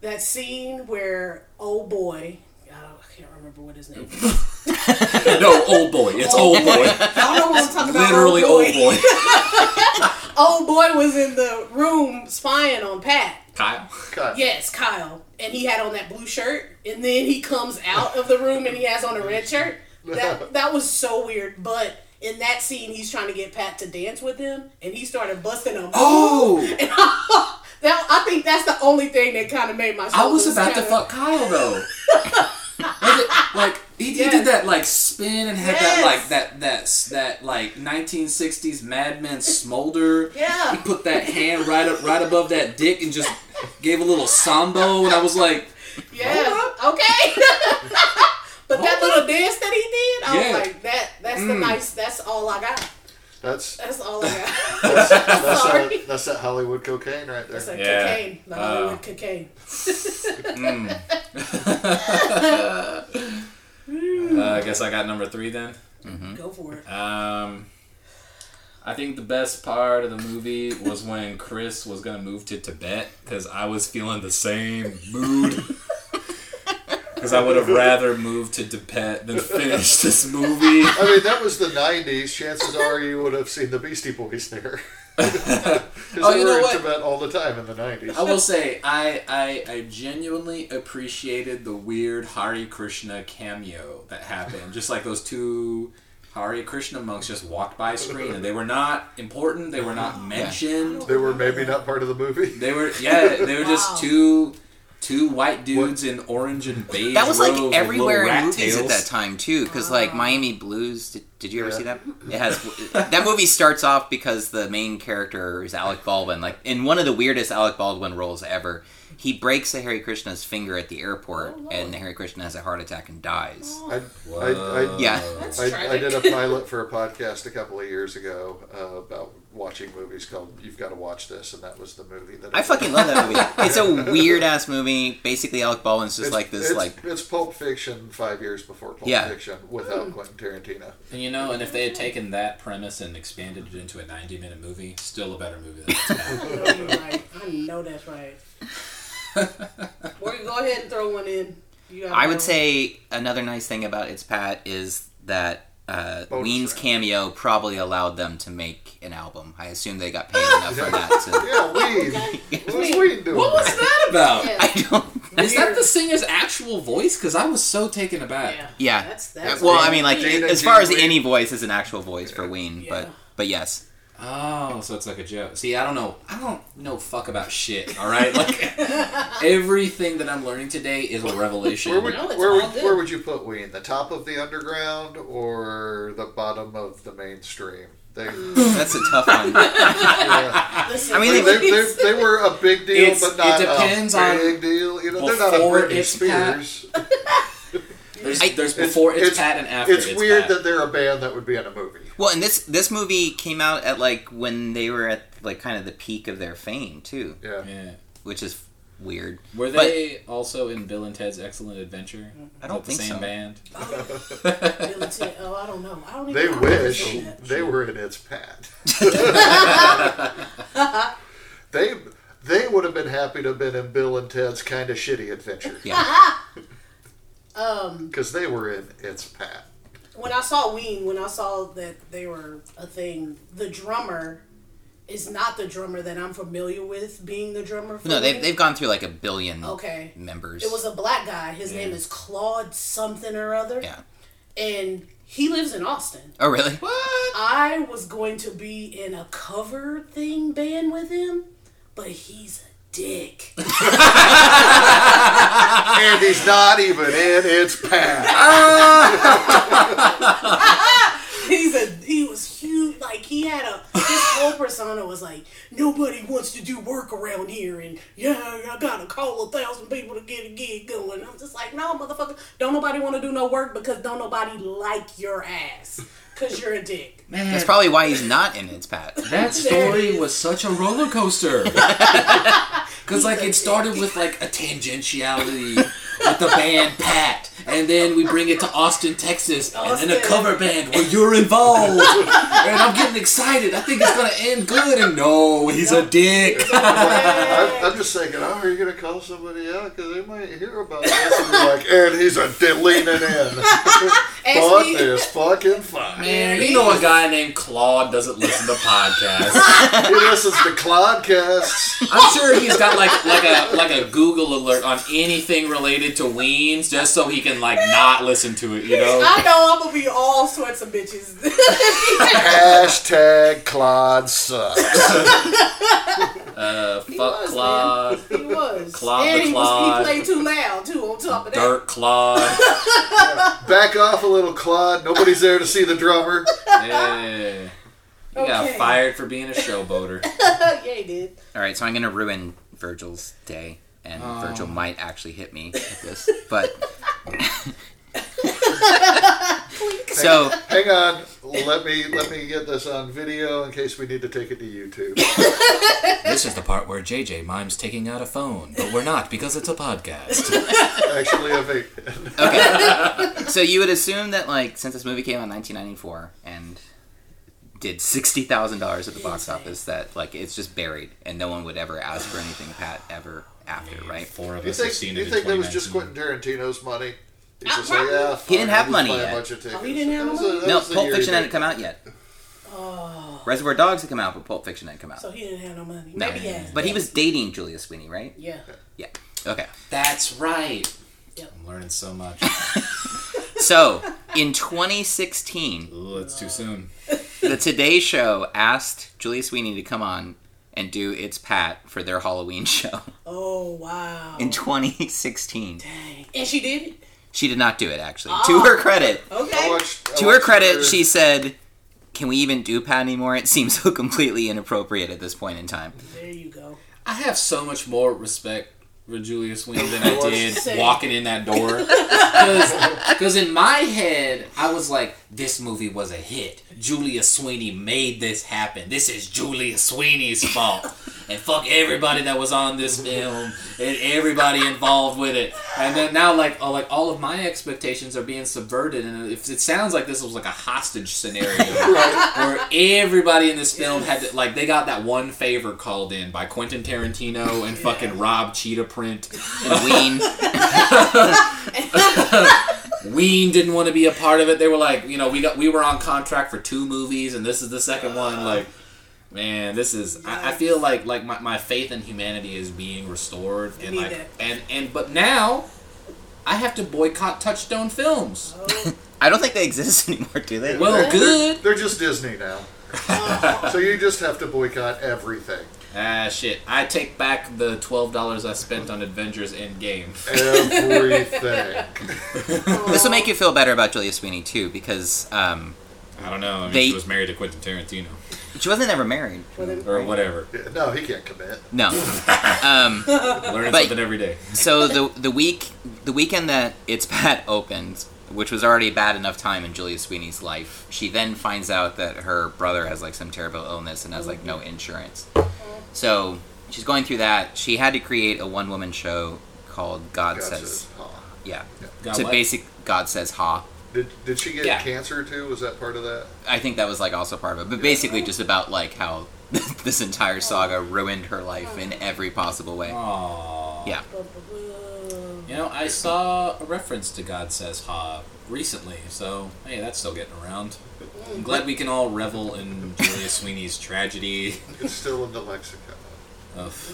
C: that scene where old boy, I, don't, I can't remember what his name is.
D: no, old boy. It's old boy.
C: Y'all know what I'm talking about. oh
D: Literally, old boy.
C: Old Oh boy was in the room spying on Pat.
D: Kyle.
A: God.
C: Yes, Kyle. And he had on that blue shirt, and then he comes out of the room and he has on a red shirt. That that was so weird. But in that scene, he's trying to get Pat to dance with him, and he started busting a move.
D: Oh,
C: That I think that's the only thing that kind of made my.
D: I was
C: shoulders
D: about to
C: kinda-
D: fuck Kyle though. Was it- like he, he did
C: Yes.
D: that like spin and had that
C: Yes.
D: like that that that like 1960s Mad Men smolder.
C: Yeah.
D: He put that hand right up right above that dick and just gave a little sambo, and I was like,
C: Yeah. Okay. but that little dance that he did, I
D: Yeah. Mm.
C: was like, that. That's the nice. That's all I got.
A: That's
C: That's all I got.
A: that's that's,
C: Sorry.
A: that, that's that Hollywood cocaine right there.
C: It's like
D: Yeah.
C: cocaine, the Hollywood cocaine.
D: uh, I guess I got number three then.
C: Go for it.
D: Um, I think the best part of the movie was when Chris was gonna move to Tibet because I was feeling the same mood. Because I would have rather moved to Tibet than finish this movie.
A: I mean, that was the '90s. Chances are you would have seen the Beastie Boys there. Because
D: Oh,
A: they
D: you know
A: were in
D: what?
A: Tibet all the time in the '90s.
D: I will say, I, I I genuinely appreciated the weird Hari Krishna cameo that happened. Just like those two Hari Krishna monks just walked by screen, and they were not important. They were not mentioned.
A: They were maybe not part of the movie.
D: They were yeah, they were
C: Wow.
D: just two two white dudes in orange and beige.
B: That was
D: robes
B: like
D: with
B: everywhere
D: little rat
B: in movies
D: tails.
B: at that time too, because like Miami Blues. Did, did you ever
A: Yeah.
B: see that? It has that movie starts off because the main character is Alec Baldwin. Like in one of the weirdest Alec Baldwin roles ever, he breaks a Harry Krishna's finger at the airport,
A: Oh,
B: and Harry Krishna has a heart attack and dies.
A: I, I,
D: Uh,
A: I,
B: Yeah.
C: That's
A: I, I
C: tragic.
A: did a pilot for a podcast a couple of years ago uh, about watching movies called "You've Got to Watch This," and that was the movie that
B: I fucking love that movie. It's a weird ass movie. Basically, Alec Baldwin's just
A: It's-
B: like this,
A: it's,
B: like
A: it's Pulp Fiction five years before Pulp
B: Yeah.
A: Fiction
C: Hmm.
A: without Quentin Tarantino.
D: And you know, and if they had taken that premise and expanded it into a ninety minute movie, still a better movie than that.
C: I know you're right. I know that's right. Well, go ahead and throw one in. You got
B: I
C: one.
B: would say another nice thing about its Pat is that uh,
A: Bonus
B: Ween's
A: round.
B: cameo probably allowed them to make an album. I assume they got paid enough for that. To,
A: Yeah, Ween. What was Ween doing?
D: what was that about?
C: Yeah.
B: uh, I don't.
D: Is that the singer's actual voice? Because I was so taken aback.
C: Yeah.
B: uh, Yeah.
C: That's that's
B: well, I mean, like
A: Dana
B: as far as
A: Dewey.
B: any voice is an actual voice for Ween, but
C: Yeah.
B: but yes,
D: Oh, so it's like a joke. See, I don't know. I don't know fuck about shit. All right, like everything that I'm learning today is a revelation.
A: Where would,
C: No, it's
A: where,
C: all
A: would,
C: good.
A: where would you put Ween? The top of the underground or the bottom of the mainstream? They,
C: Hmm.
B: that's a tough one. I
C: Listen,
B: mean,
A: they,
B: they-
A: they, they, they were a big deal,
D: It's-
A: but not
D: it depends
A: a
D: on
A: big deal. You know, they're not a
D: before
A: Britney
D: it's Pat.
A: Spears.
D: There's,
B: I-
D: there's before it's, Pat and after
A: It's, weird
D: Pat.
A: that they're a band that would be in a movie.
B: well, and this this movie came out at like when they were at like kind of the peak of their fame too,
A: Yeah.
D: Yeah.
B: which is weird.
D: Were
B: But-
D: they also in Bill and Ted's Excellent Adventure?
B: I don't
D: Is that the
B: think
D: same
B: so.
D: band.
C: ability- oh, I don't know. I don't
A: They
C: even I don't
A: wish
C: know that.
A: they were in It's Pat. they they would have been happy to have been in Bill and Ted's kind of shitty adventure
B: Yeah,
C: Um,
A: because they were in It's Pat.
C: when I saw Ween, when I saw that they were a thing, the drummer is not the drummer that I'm familiar with being the drummer. For
B: No, they've,
C: Ween.
B: they've gone through like a billion
C: Okay.
B: members.
C: It was a black guy. His name is Claude something or other.
B: yeah.
C: And he lives in Austin.
B: Oh, really?
C: I was going to be in a cover thing band with him, but he's a dick.
A: And he's not even in its path.
C: he's a he was huge like he had a his whole persona was like nobody wants to do work around here and yeah i gotta call a thousand people to get a gig going i'm just like no motherfucker don't nobody want to do no work because don't nobody like your ass because you're a dick
D: Man,
B: That's probably why he's not in its pat.
D: That
C: There it
D: story
C: is.
D: was such a roller coaster. Cause like it started with like a tangentiality with the band Pat, and then we bring it to Austin, Texas, and then a
C: Austin.
D: cover band where you're involved. and I'm getting excited. I think it's gonna end good, and no, he's a dick.
A: I'm, I'm just thinking, oh, are you going to call somebody out? Because they might hear about this and be like, and he's a di- leaning in. Fuck
C: Ask me-
A: this fucking fine.
D: Man, you know a guy named Claude doesn't listen to podcasts.
A: This is the Clodcast.
D: I'm sure he's got like like a like a Google alert on anything related to weens, just so he can like not listen to it. You know.
C: i know i'm gonna be all sorts of bitches
A: Hashtag Clod sucks.
D: Uh, fuck
C: was,
D: Claude,
C: he was
D: Claude
C: and
D: the
C: he,
D: Claude.
C: was, he played too loud too on top of that
D: Dirt Claude.
A: Back off a little, Clod. Nobody's there to see the drummer.
D: yeah. You got
C: Okay.
D: fired for being a showboater.
C: yeah he did
B: All right, so I'm gonna ruin Virgil's day, and Virgil might actually hit me with this, but. so
A: Hang on, let me let me get this on video in case we need to take it to YouTube.
D: this is the part where JJ mimes taking out a phone, but we're not because it's a podcast.
A: Actually, I think
B: so you would assume that like since this movie came out in 1994 and did sixty thousand dollars at the box office that like it's just buried and no one would ever ask for anything Pat ever after right
D: Four of
A: you think you think that was just Quentin Tarantino's money. He's just like, yeah, fuck,
B: didn't have
A: I'll just
B: money
A: buy a
B: yet.
A: bunch of tickets.
C: Oh, he didn't have
A: That was
C: money?
A: a- that
B: no
A: was the
B: Pulp
A: year
B: Fiction
A: he
B: hadn't come out yet
C: Oh.
B: Reservoir Dogs had come out but Pulp Fiction hadn't come out
C: so he didn't have no money
B: no.
C: maybe he has
B: but he was dating Julia Sweeney right
C: yeah
B: yeah okay
D: That's right.
C: Yep.
D: I'm learning so much.
B: so in 2016
D: Ooh, it's too soon.
B: the Today Show asked Julia Sweeney to come on and do It's Pat for their Halloween show
C: oh wow
B: in 2016.
C: and she did it
B: She did not do it actually. To her credit,
A: I
C: okay
A: watched- I
B: to her
A: watched
B: credit, she said, "Can we even do Pat anymore? It seems so completely inappropriate at this point in time."
C: There you go.
D: I have so much more respect for Julia Sweeney than I
A: What
D: did
C: say?
D: walking in that door. Because in my head, I was like, this movie was a hit. Julia Sweeney made this happen. This is Julia Sweeney's fault. And fuck everybody that was on this film and everybody involved with it. And then now, like, oh, like all of my expectations are being subverted. And if it sounds like this was like a hostage scenario
A: Right.
D: where everybody in this film had to, like they got that one favor called in by Quentin Tarantino and fucking Rob Cheetah Print.
B: And Ween,
D: Ween didn't want to be a part of it. They were like, you know, we got we were on contract for two movies and this is the second one. Like, man, this is. I, I feel like like my, my faith in humanity is being restored and
C: need
D: like
C: that.
D: and and but now. I have to boycott Touchstone Films.
B: I don't think they exist anymore, do they?
D: Well, good.
A: They're just Disney now, so you just have to boycott everything.
D: Ah, shit. I take back the twelve dollars I spent on Avengers Endgame.
A: Everything.
B: this will make you feel better about Julia Sweeney too, because um,
D: I don't know. I mean,
B: They-
D: she was married to Quentin Tarantino
B: she wasn't ever married.
C: Mm-hmm. uh,
D: or whatever.
A: no, he can't commit.
B: No. Um,
D: Learning
B: But-
D: something every day.
B: so the the week the weekend that it's Pat opened, which was already a bad enough time in Julia Sweeney's life, she then finds out that her brother has like some terrible illness and has like no
A: Mm-hmm.
B: insurance. So she's going through that. She had to create a one woman show called God,
A: God
B: Says,
A: says, huh.
B: Yeah.
D: God
B: to
D: what?
B: basic God Says Ha.
A: Did, did she get
D: Yeah.
A: cancer too? Was that part of that?
B: I think that was like also part of it, but basically just about like how this
A: Oh.
B: entire saga ruined her life in every possible way.
D: Aww.
B: Yeah.
C: uh,
D: You know, I saw a reference to God Says Ha recently, so hey, that's still getting around. I'm glad we can all revel in Julia Sweeney's tragedy
A: It's still in the lexicon.
D: of.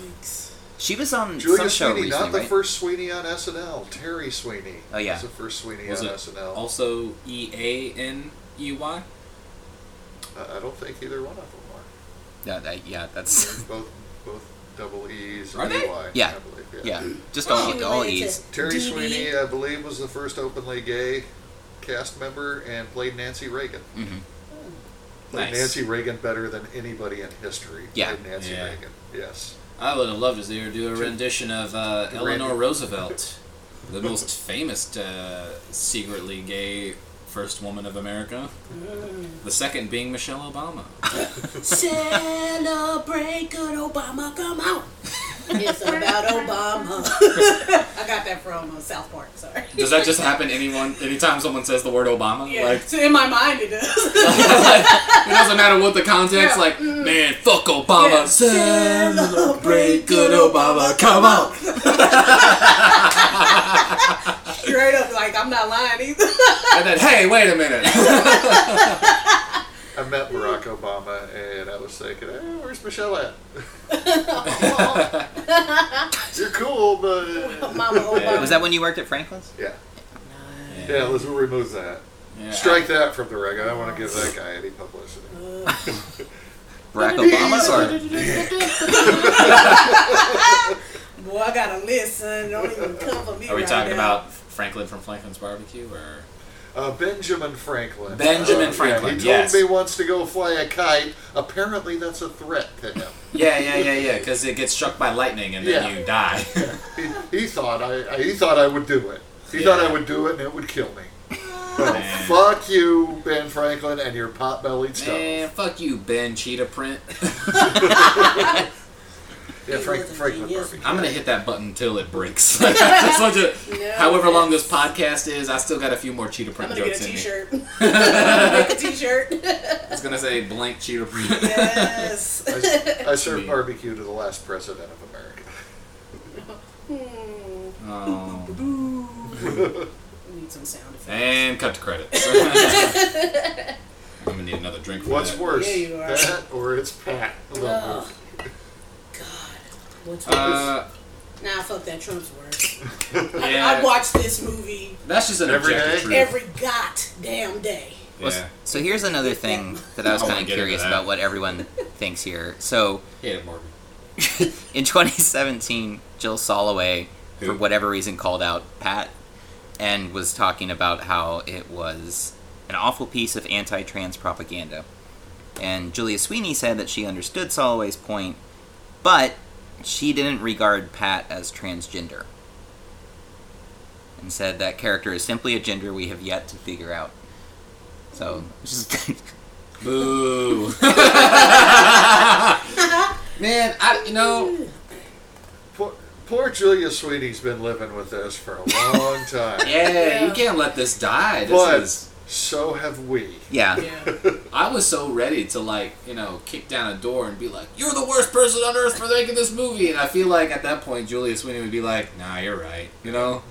B: She was on
A: Julia
B: Hmm, some show
A: Sweeney,
B: recently,
A: not the
B: right?
A: first Sweeney on SNL. Terry Sweeney.
B: Oh, yeah.
A: was the first Sweeney
D: Was
A: on
D: it
A: SNL.
D: also E A N E Y?
A: I I don't think either one of them
B: Yeah, that- yeah, that's
A: are. Both both double E's
D: Are
A: and
D: they?
A: EY,
B: Yeah.
A: I believe.
B: yeah. Just
C: Well,
B: all
C: she
B: all
C: related
B: E's.
C: to
A: Terry
C: DB.
A: Sweeney, I believe, was the first openly gay cast member and played Nancy Reagan. Hmm.
B: Mhm.
A: Played
D: Nice.
A: Nancy Reagan better than anybody in history.
B: Yeah.
A: Played Nancy
D: Yeah.
A: Reagan. Yes.
D: I would have loved to see her do a rendition of uh, Eleanor Roosevelt, the most famous uh, secretly gay first woman of America. The second being Michelle Obama.
C: Celebrate good Obama, come on. It's about Obama. I got that from uh, South Park, sorry.
D: Does that just happen anyone anytime someone says the word Obama?
C: Yeah,
D: Like,
C: so in my mind it does.
D: it doesn't matter what the context.
C: Yeah.
D: Like, man, fuck Obama.
C: Yeah.
D: Celebrate good Obama. Come on.
C: Straight up, like, I'm not lying either.
D: And then, hey, wait a minute.
A: I met Barack Obama and I was thinking, eh, where's Michelle at? Aw. You're cool, but.
C: Mama Obama.
B: Was that when you worked at Franklin's?
A: Yeah. Yeah, let's remove that.
D: Yeah.
A: Strike that from the record. I don't want to give that guy any publicity.
B: Barack Obama? Or,
C: Boy, I gotta listen. Don't even come for me.
D: Are we
C: right
D: talking
C: now.
D: about Franklin from Franklin's Barbecue or?
A: Uh, Benjamin Franklin.
D: Benjamin
A: Uh,
D: Franklin,
A: Yeah, he told
D: yes.
A: me once to go fly a kite. Apparently, that's a threat to him.
D: Yeah, yeah, yeah, yeah. Because it gets struck by lightning and then
A: Yeah.
D: you die.
A: He, he thought I, I. He thought I would do it. He
D: Yeah.
A: thought I would do it, and it would kill me. But
D: Man.
A: fuck you, Ben Franklin, and your pot-bellied stuff.
D: Man, fuck you, Ben Cheetah Print.
A: Yeah, Frank,
C: He was a
A: Franklin
C: genius.
A: Barbecue.
D: I'm gonna hit that button till it breaks. Just want you-
C: No,
D: however long
C: yes.
D: this podcast is, I still got a few more Cheetah
C: I'm
D: Print
C: gonna
D: jokes
C: get a
D: in me.
C: t-shirt. Make a t-shirt.
D: I was gonna say blank Cheetah Print.
C: Yes.
A: I, I served
D: Me.
A: barbecue to the last president of America.
B: Hmm.
D: Oh.
C: We need some sound effects.
D: And cut to credits. I'm gonna need another drink for
A: What's
D: that.
A: worse,
C: Yeah, you are.
A: that or it's Pat?
C: Ugh. God. What's worse?
D: Uh,
C: nah, fuck that. Trump's worse. I, I
D: yeah,
C: watch this movie
D: that's just an
A: Every
D: objective
A: day?
D: truth.
C: every goddamn day.
D: yeah.
B: so here's another thing that I was
D: I wanna
B: kind of
D: get into
B: curious
D: that.
B: about what everyone thinks here. So
D: Hate it, Morgan.
B: in 2017, Jill Soloway, for
D: Who?
B: whatever reason, called out Pat and was talking about how it was an awful piece of anti trans propaganda. And Julia Sweeney said that she understood Soloway's point, but she didn't regard Pat as transgender. And said that character is simply a gender we have yet to figure out. So, just
D: Boo. Man, I you know
A: Poor, poor Julia Sweeney's been living with this for a long time.
D: yeah,
C: Yeah.
D: you can't let this die. This
A: But
D: is
A: so have we.
B: yeah.
C: Yeah.
D: I was so ready to like you know kick down a door and be like, "You're the worst person on earth for making this movie," and I feel like at that point Julia Sweeney would be like, "Nah, you're right," you know,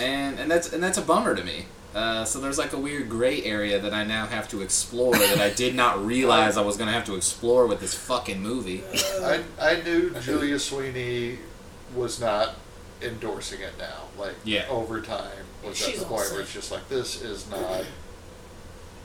D: and and that's and that's a bummer to me. Uh, so there's like a weird gray area that I now have to explore that I did not realize I was gonna have to explore with this fucking movie.
A: I, I knew Julia Sweeney was not endorsing it now. Like,
D: Yeah.
A: over time was
C: She's
A: at the point
C: awesome.
A: where it's just like, this is not.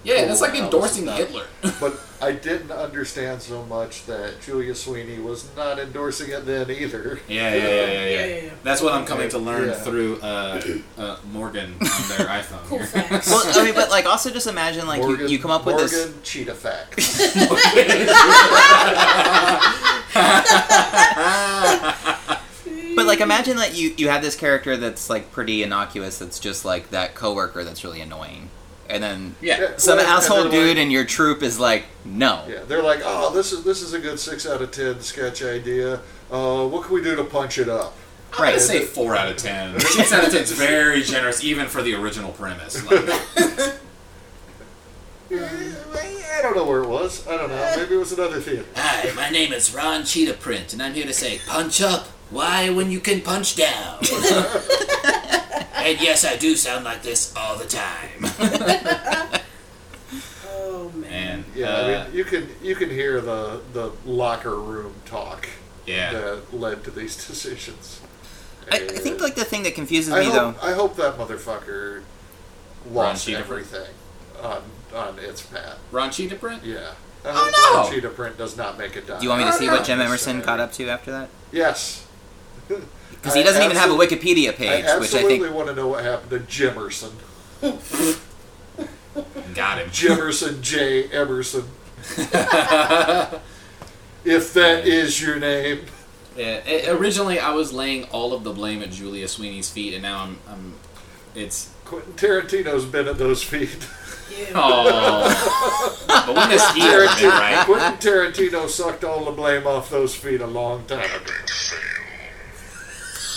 D: Yeah, that's like
A: Cool.
D: endorsing
A: Oh, That was
D: Hitler.
A: But I didn't understand so much that Julia Sweeney was not endorsing it then either.
D: Yeah, yeah, yeah, yeah,
C: Yeah,
D: yeah.
C: yeah, yeah.
D: That's what I'm coming to learn
A: Yeah.
D: through uh, uh, Morgan on their iPhone.
C: Cool
D: here.
C: facts.
B: Well, I mean, but like, also just imagine like you,
A: Morgan,
B: you come up with
A: Morgan
B: this.
A: cheetah facts.
B: But like, imagine that you you have this character that's like pretty innocuous. That's just like that coworker that's really annoying, and then
D: yeah.
B: some
A: Well, and
B: asshole
A: they're
B: dude
A: like-
B: in your troop is like, no.
A: Yeah, they're like, oh, this is this is a good six out of ten sketch idea. Uh, what can we do to punch it up?
D: I'm gonna
B: Right.
D: say four out of ten. Six out of ten's very generous, even for the original premise. Like,
A: I don't know where it was. I don't know. Maybe it was another theater.
E: Hi, my name is Ron Cheetah Print, and I'm here to say punch up. Why when you can punch down? and yes, I do sound like this all the time.
C: Oh man.
D: And
A: Yeah,
D: uh,
A: I mean, you can you can hear the the locker room talk
D: yeah.
A: that led to these decisions.
B: I, I think like the thing that confuses
A: I
B: me
A: hope,
B: though.
A: I hope that motherfucker lost
D: Cheetah Print?
A: everything on on its path.
D: Ron Cheetah print?
A: Yeah. I
D: Oh,
A: hope
D: no!
A: Cheetah Print does not make it down.
B: Do you want me to
D: Oh,
B: see
D: no.
B: what Jim Emerson got up to after that?
A: Yes.
B: Because he doesn't even have a Wikipedia
A: I
B: page, which I
A: absolutely
B: think
A: want to know what happened to Jimerson.
D: Got him.
A: Jimerson J. Emerson. if that is your name.
D: Yeah, i originally, I was laying all of the blame at Julia Sweeney's feet, and now I'm, I'm it's
A: Quentin Tarantino's been at those feet.
C: Yeah.
D: oh. but when does he ever do right?
A: Quentin Tarantino sucked all the blame off those feet a long time ago.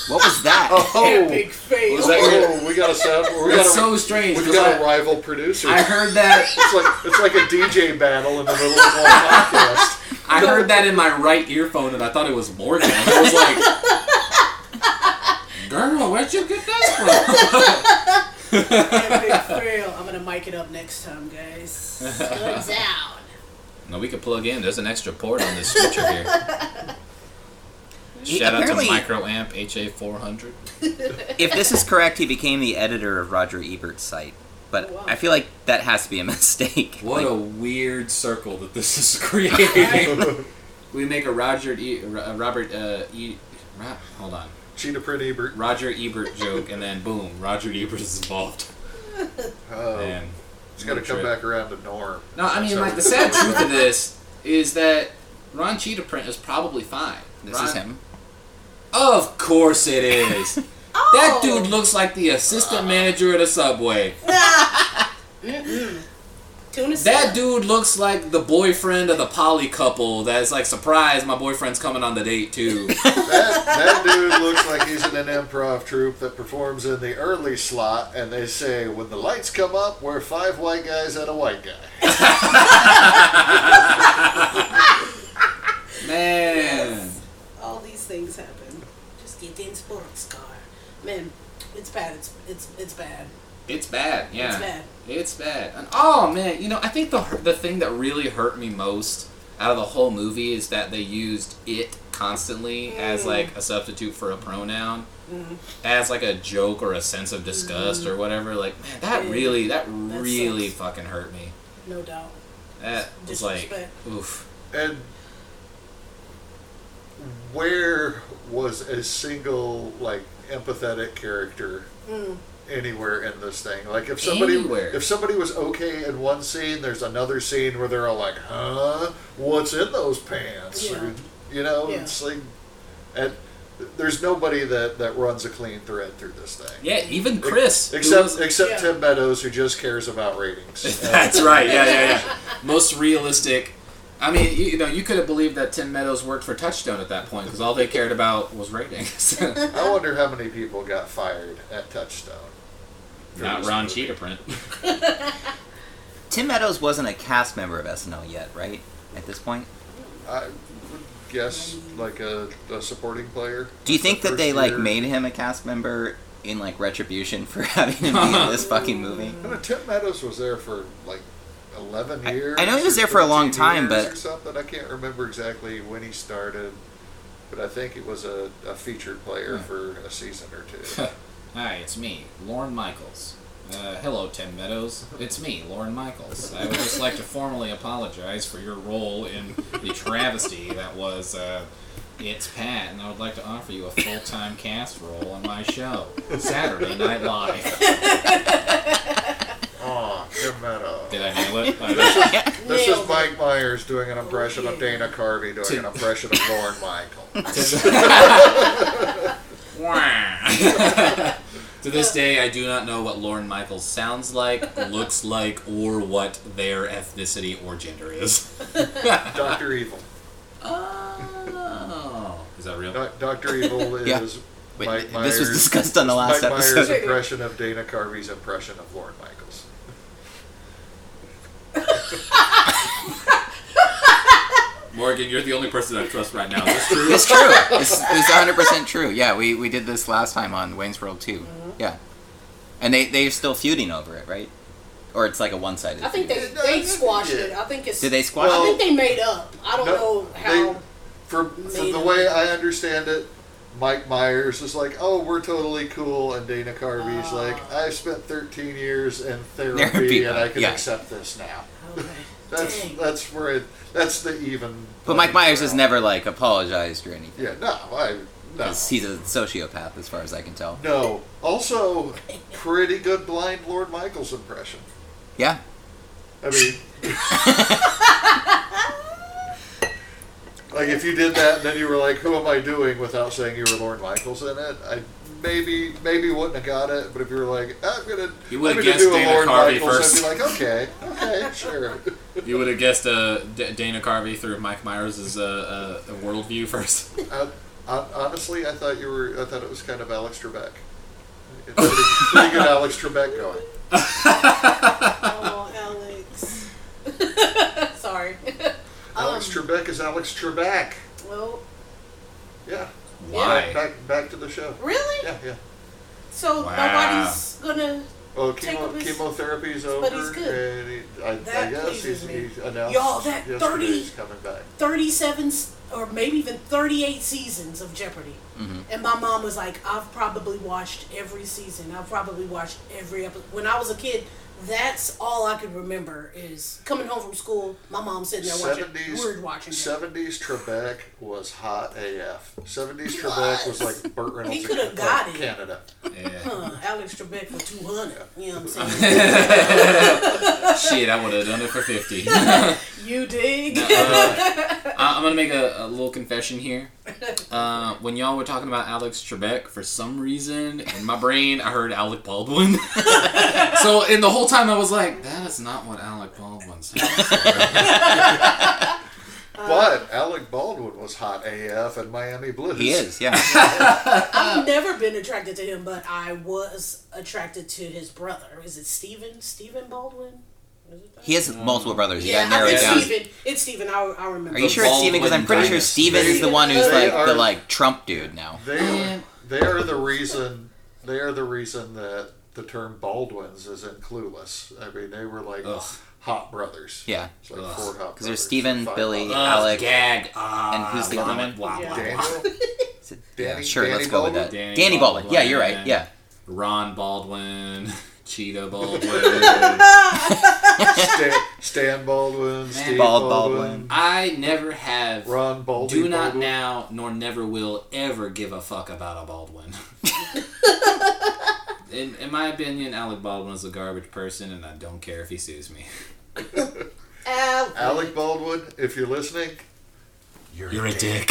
B: what was that?
D: Oh.
C: Epic fail.
D: Was that-
A: Oh, we got a sound. We got a,
D: That's so strange.
A: we've
D: 'cause
A: got a
D: I,
A: rival producer.
D: I heard that.
A: It's like it's like a DJ battle in the middle of a podcast.
D: I heard that in my right earphone, and I thought it was Morgan. I was like, "Girl, where'd you get that from?"
C: Epic fail. I'm gonna mic it up next time, guys. Good sound.
D: no, we could plug in. There's an extra port on this switcher here. Shout out to
B: apparently-
D: Microamp HA400.
B: if this is correct, he became the editor of Roger Ebert's site. But
C: Oh, wow.
B: I feel like that has to be a mistake.
D: What
B: Like,
D: a weird circle that this is creating. we make a Roger e, a Robert uh, e, Ro- hold on
A: Cheetah Print Ebert.
D: Roger Ebert joke, and then boom, Roger Ebert is involved.
A: Oh,
D: Man,
A: it's got to come back around to norm.
D: No, I mean
A: So-
D: like the sad truth of this is that Ron Cheetah Print is probably fine.
B: this
D: Ron-
B: is him.
D: Of course it is. That dude looks like the assistant manager at a subway. That
C: Tuna salad.
D: dude looks like the boyfriend of the poly couple that's like, surprise, my boyfriend's coming on the date too.
A: That, that dude looks like he's in an improv troupe that performs in the early slot, and they say, when the lights come up, we're five white guys and a white guy.
D: Man.
C: All these things happen. Just get in sports car. Man, it's bad. It's it's it's bad.
D: It's bad, yeah.
C: It's bad.
D: It's bad. And oh man, you know, I think the the thing that really hurt me most out of the whole movie is that they used it constantly
C: Mm.
D: as like a substitute for a pronoun,
C: Mm-hmm.
D: as like a joke or a sense of disgust or whatever. Like, man, that
C: Yeah.
D: really, that,
C: That
D: really
C: sucks.
D: fucking hurt me.
C: No doubt.
D: That was like,
C: Disrespect.
D: oof.
A: And where was a single, like, empathetic character
C: Mm.
A: anywhere in this thing? Like, if somebody
D: Anywhere.
A: if somebody was okay in one scene, there's another scene where they're all like, huh? What's in those pants?
C: Yeah.
A: You know,
C: Yeah.
A: it's like, and there's nobody that, that runs a clean thread through this thing.
D: Yeah, even Chris. who
A: Except
D: was-
A: except
C: Yeah.
A: Tim Meadows, who just cares about ratings.
D: That's right. Yeah, yeah, yeah. Most realistic. I mean, you, you know, you could have believed that Tim Meadows worked for Touchstone at that point because all they cared about was ratings.
A: I wonder how many people got fired at Touchstone.
D: Not Ron Cheetah Print.
B: Tim Meadows wasn't a cast member of SNL yet, right? At this point,
A: I would guess like a, a supporting player.
B: do you think
A: The
B: that they
A: first
B: like
A: year.
B: made him a cast member in like retribution for having him be in this fucking movie?
A: I know Tim Meadows was there for like eleven
B: I-
A: years.
B: I know he was
A: or
B: there for a long
A: 13
B: time,
A: years
B: but-
A: or something. I can't remember exactly when he started. But I think it was a, a featured player
B: Hmm.
A: for a season or two.
D: Hi, it's me, Lauren Michaels. Uh, hello, Tim Meadows. It's me, Lauren Michaels. I would just like to formally apologize for your role in the travesty that was uh, It's Pat, and I would like to offer you a full time cast role on my show, Saturday Night Live.
A: Aw, Tim Meadows.
D: Did I nail it? I-
A: This
C: Nailed
A: is Mike Myers doing an impression of
C: Okay.
A: Dana Carvey doing an impression of Lauren Michael.
D: Wah. to this day, I do not know what Lauren Michaels sounds like, looks like, or what their ethnicity or gender is.
A: Doctor Evil.
D: Oh, is that real?
A: Doctor Evil is
B: Yeah. Wait,
A: Mike Myers.
B: this was discussed on the last
A: Mike Myers'
B: episode.
A: impression of Dana Carvey's impression of Lauren Michaels.
D: Morgan, you're the only person I trust right now. Is this true?
B: It's true. It's, it's 100 percent true. Yeah, we, we did this last time on Wayne's World 2. Yeah, And they they're still feuding over it, right? Or it's like a one sided.
C: I think they they squashed it. I think it's.
B: did they
C: I
B: squash
A: Well-
B: it?
C: think they made up. I don't
A: No,
C: know how.
A: they- From, from
C: Made
A: the
C: up.
A: way I understand it, Mike Myers is like, "Oh, we're totally cool," and Dana
C: Oh.
A: Carvey's like, "I've spent 13 years in therapy,
B: Therapy,
A: and I can
B: yeah.
A: accept this now."
C: okay.
A: That's
C: Dang.
A: that's where it. That's the even.
B: But Mike Myers has
A: is
B: never like apologized or anything.
A: Yeah, no, I no.
B: 'Cause He's a sociopath, as far as I can tell.
A: No. Also, pretty good blind Lord Michaels impression.
B: Yeah,
A: I mean, like if you did that and then you were like, "Who am I doing?" without saying you were Lord Michaels in it, I maybe maybe wouldn't have got it. But if you were like, "I'm gonna,"
D: You would
A: I'm
D: have
A: gonna
D: guessed
A: do a
D: Dana
A: Lord
D: Carvey
A: Michaels,
D: first.
A: I'd be like, "Okay, okay, sure."
D: You would have guessed uh, D- Dana Carvey through Mike Myers' uh, uh, worldview first.
A: Uh, hon- honestly, I thought you were. I thought it was kind of Alex Trebek. It's pretty, pretty good Alex Trebek
D: Um,
A: going.
C: Oh, Alex. Sorry.
A: Alex Trebek is Alex Trebek.
C: Well,
A: Yeah.
D: Why?
A: Back back to the show.
C: really?
A: Yeah, yeah.
C: So
D: Wow.
C: nobody's gonna.
A: Well,
C: Take
A: chemo,
C: up his-
A: chemotherapy's over,
C: but he's good.
A: and he, I, I
C: That
A: guess he's,
C: pleases me.
A: he's announced
C: Y'all, that
A: yesterday
C: 30
A: he's coming back.
C: 37 s- or maybe even 38 seasons of Jeopardy.
B: Mm-hmm.
C: And my mom was like, I've probably watched every season. I've probably watched every episode. When I was a kid, that's all I could remember is coming home from school, my mom sitting there watching, word watching.
A: 70s,
C: Jeopardy.
A: 70s Trebek was hot AF. 70s Trebek was like Burt Reynolds
C: He coulda
A: in
C: got it.
A: Canada.
D: Yeah.
C: Uh, Alex Trebek for 200. You know what I'm saying?
D: Shit, I would have done it for 50.
C: You dig?
D: I- Uh, I'm gonna make a, a little confession here. Uh, when y'all were talking about Alex Trebek, for some reason in my brain, I heard Alec Baldwin. so, and the whole time I was like, "That is not what Alec Baldwin sounds." like."
C: Uh,
A: but Alec Baldwin was hot AF in Miami Blues.
B: he is. Yeah, uh,
C: I've never been attracted to him, but I was attracted to his brother. Is it Steven? Steven Baldwin? Is it that?
B: he has multiple brothers. You
C: Yeah,
B: gotta
C: I
B: narrow it
C: think
B: down.
C: Steven. It's Steven. I, I remember.
B: Are you sure it's Steven? Because I'm pretty sure
D: Baldwin
B: Steven is the one who's
A: They
B: like the
A: are-
B: like Trump dude now.
A: They are, they are the reason. They are the reason that the term Baldwins is in Clueless. I mean, they were like
D: Ugh.
A: hot brothers.
B: Yeah.
A: It's like four hot brothers.
B: Because there's Steven,
A: five
B: Billy,
A: hot
B: Alec,
D: gag. Ah,
B: and who's the other
D: Baldwin, blah,
B: one?
D: blah, blah.
C: Yeah.
A: Daniel.
B: Is it-
A: Uh, Danny-
B: yeah, sure, let's
A: Danny
B: go
A: Baldwin?
B: with that.
D: Danny
B: Danny, Baldwin.
D: Baldwin,
B: Yeah, you're right.
D: yeah.
B: Yeah.
D: Ron Baldwin, Cheetah Baldwin.
A: Stan, Stan Baldwin, Steve
B: Bald
A: Baldwin,
D: I never have.
A: Ron Baldwin.
D: do not
A: Baldwin.
D: now, nor never will ever give a fuck about a Baldwin. in, in my opinion, Alec Baldwin is a garbage person, and I don't care if he sues me.
C: Al-
A: Alec Baldwin, if you're listening,
D: You're, a dick.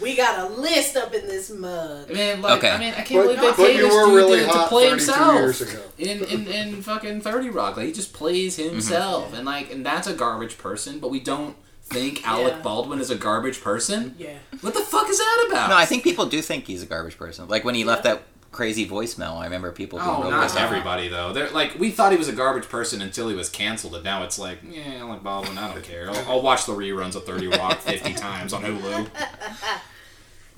C: we got a list up in this mug.
D: Man, like,
B: Okay.
D: I mean, I can't
A: but,
D: believe they
A: but
D: paid
A: you
D: this
A: were
D: dude
A: really
D: to, to
A: hot
D: play
A: 32
D: himself.
A: years ago.
D: in, in, in fucking 30 Rock. Like, he just plays
B: Mhm.
D: himself. And, like, and that's a garbage person, but we don't think Alec
C: Yeah.
D: Baldwin is a garbage person.
C: Yeah.
D: What the fuck is that about?
B: No, I think people do think he's a garbage person. Like when he left that crazy voicemail, I remember people being
D: Oh,
B: real
D: not
B: pissed off.
D: everybody though. They're like we thought he was a garbage person until he was canceled, and now it's like, yeah, Alec Baldwin, I don't care. I'll, I'll watch the reruns of Thirty Rock fifty times on Hulu.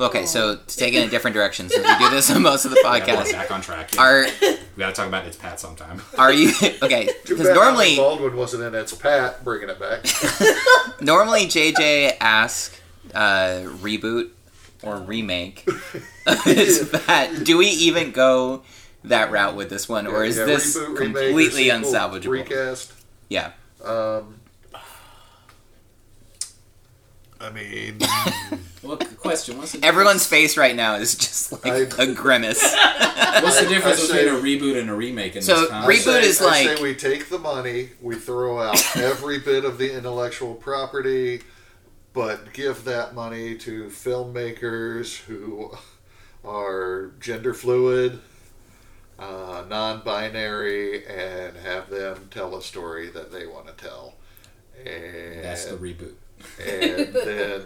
B: Okay,
A: Oh.
B: so to take it in a different direction, since we do this on most of the
D: Yeah, we're
B: podcasts,
D: back on track. Yeah.
B: are
D: we gotta talk about it's Pat sometime.
B: are you okay?
A: Too
B: Because
A: bad Alec
B: normally,
A: Baldwin wasn't in. It's Pat bringing it back.
B: normally JJ asks uh, reboot or remake. is that do we even go that route with this one, or is
A: Yeah,
B: this
A: reboot, remake, or
B: completely
A: sequel,
B: unsalvageable?
A: Recast.
B: Yeah,
A: Um, I mean,
D: Well, question: What's the difference-
B: everyone's face right now is just like
A: I-
B: a grimace.
D: What's the difference
A: I'd
D: between
A: say-
D: a reboot and a remake? In
B: So,
D: this time?
A: I
B: reboot-
A: say-
B: is
A: I say
B: like-
A: we take the money, we throw out every bit of the intellectual property, but give that money to filmmakers who are gender fluid, uh, non-binary, and have them tell a story that they want to tell. And,
D: That's the reboot.
A: and then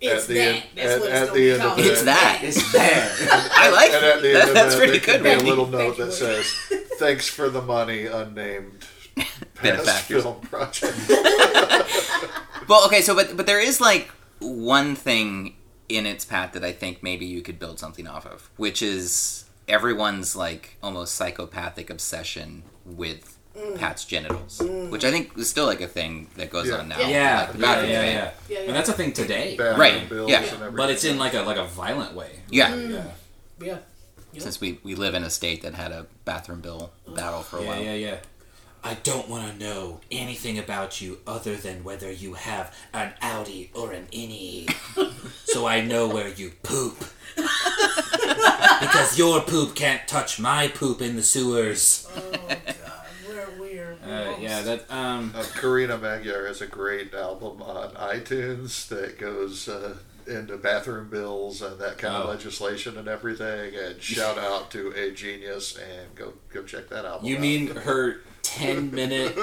C: It's
A: the
C: that.
A: end-
C: That's
A: at-
C: what
A: at
C: it's
A: the
C: going
A: end of
C: to called.
A: it-
B: It's that.
D: It's there.
B: I like
A: and at the
B: that.
A: end of
B: That's
A: that,
B: pretty
A: there
B: good.
A: could be a
B: Randy.
A: little note
C: Thank you,
A: that says, "Thanks for the money, unnamed." Past
B: Benefactors.
A: film project.
B: Well, okay, so but but there is like one thing in its path that I think maybe you could build something off of, which is everyone's like almost psychopathic obsession with Pat's genitals, which I think is still like a thing that goes
A: Yeah.
B: on now.
D: Yeah,
B: like
D: yeah,
B: the
D: yeah,
B: bathroom
D: yeah,
B: thing.
C: Yeah, yeah.
D: And that's a thing today,
A: Bathroom
B: Right,
A: bills
B: yeah.
A: and everything.
D: but it's in like a like a violent way.
B: Yeah,
D: Yeah,
C: Yeah.
B: since we, we live in a state that had a bathroom bill battle for a
D: yeah,
B: while.
D: yeah, yeah. I don't want to know anything about you other than whether you have an Audi or an innie, so I know where you poop. because your poop can't touch my poop in the sewers.
C: We're weird.
D: Uh, yeah, that um.
A: Uh, Karina Magyar has a great album on iTunes that goes uh, into bathroom bills and that kind
D: Oh.
A: of legislation and everything. And shout out to a genius and go go check that album.
D: You
A: out.
D: mean her 10 minute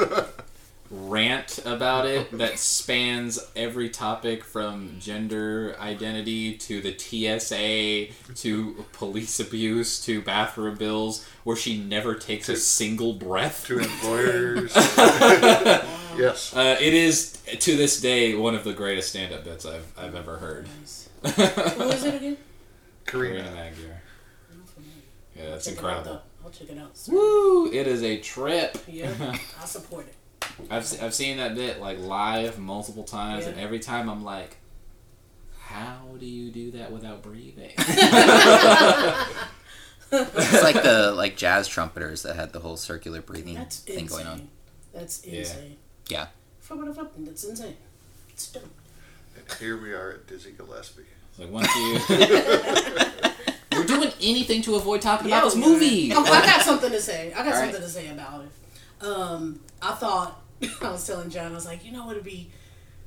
D: rant about it that spans every topic from gender identity to the TSA to police abuse to bathroom bills, where she never takes a single breath?
A: to employers? yes.
D: Uh, it is, to this day, one of the greatest stand up bits I've, I've ever heard.
C: Who is it again?
D: Karina
A: Karina.
D: Magyar. Yeah, that's
C: Check it out,
D: incredible.
C: though. I'll check it out.
D: Woo! It is a trip.
C: Yeah, I support it.
D: I've, se- I've seen that bit like live multiple times,
C: Yeah.
D: and every time I'm like, how do you do that without breathing?
B: It's like the like jazz trumpeters that had the whole circular breathing
C: That's
B: thing
C: insane.
B: going on.
C: That's
D: Yeah.
C: insane.
B: Yeah.
C: Fuck, fuck, fuck, That's insane. It's dope.
A: Here we are at Dizzy Gillespie.
D: It's like once you,
E: We're doing anything to avoid talking
C: Yeah,
E: about this
C: yeah.
E: movie.
C: Oh, I got something to say. I got
E: All right.
C: something to say about it. Um, I thought I was telling John, I was like, you know, it'd be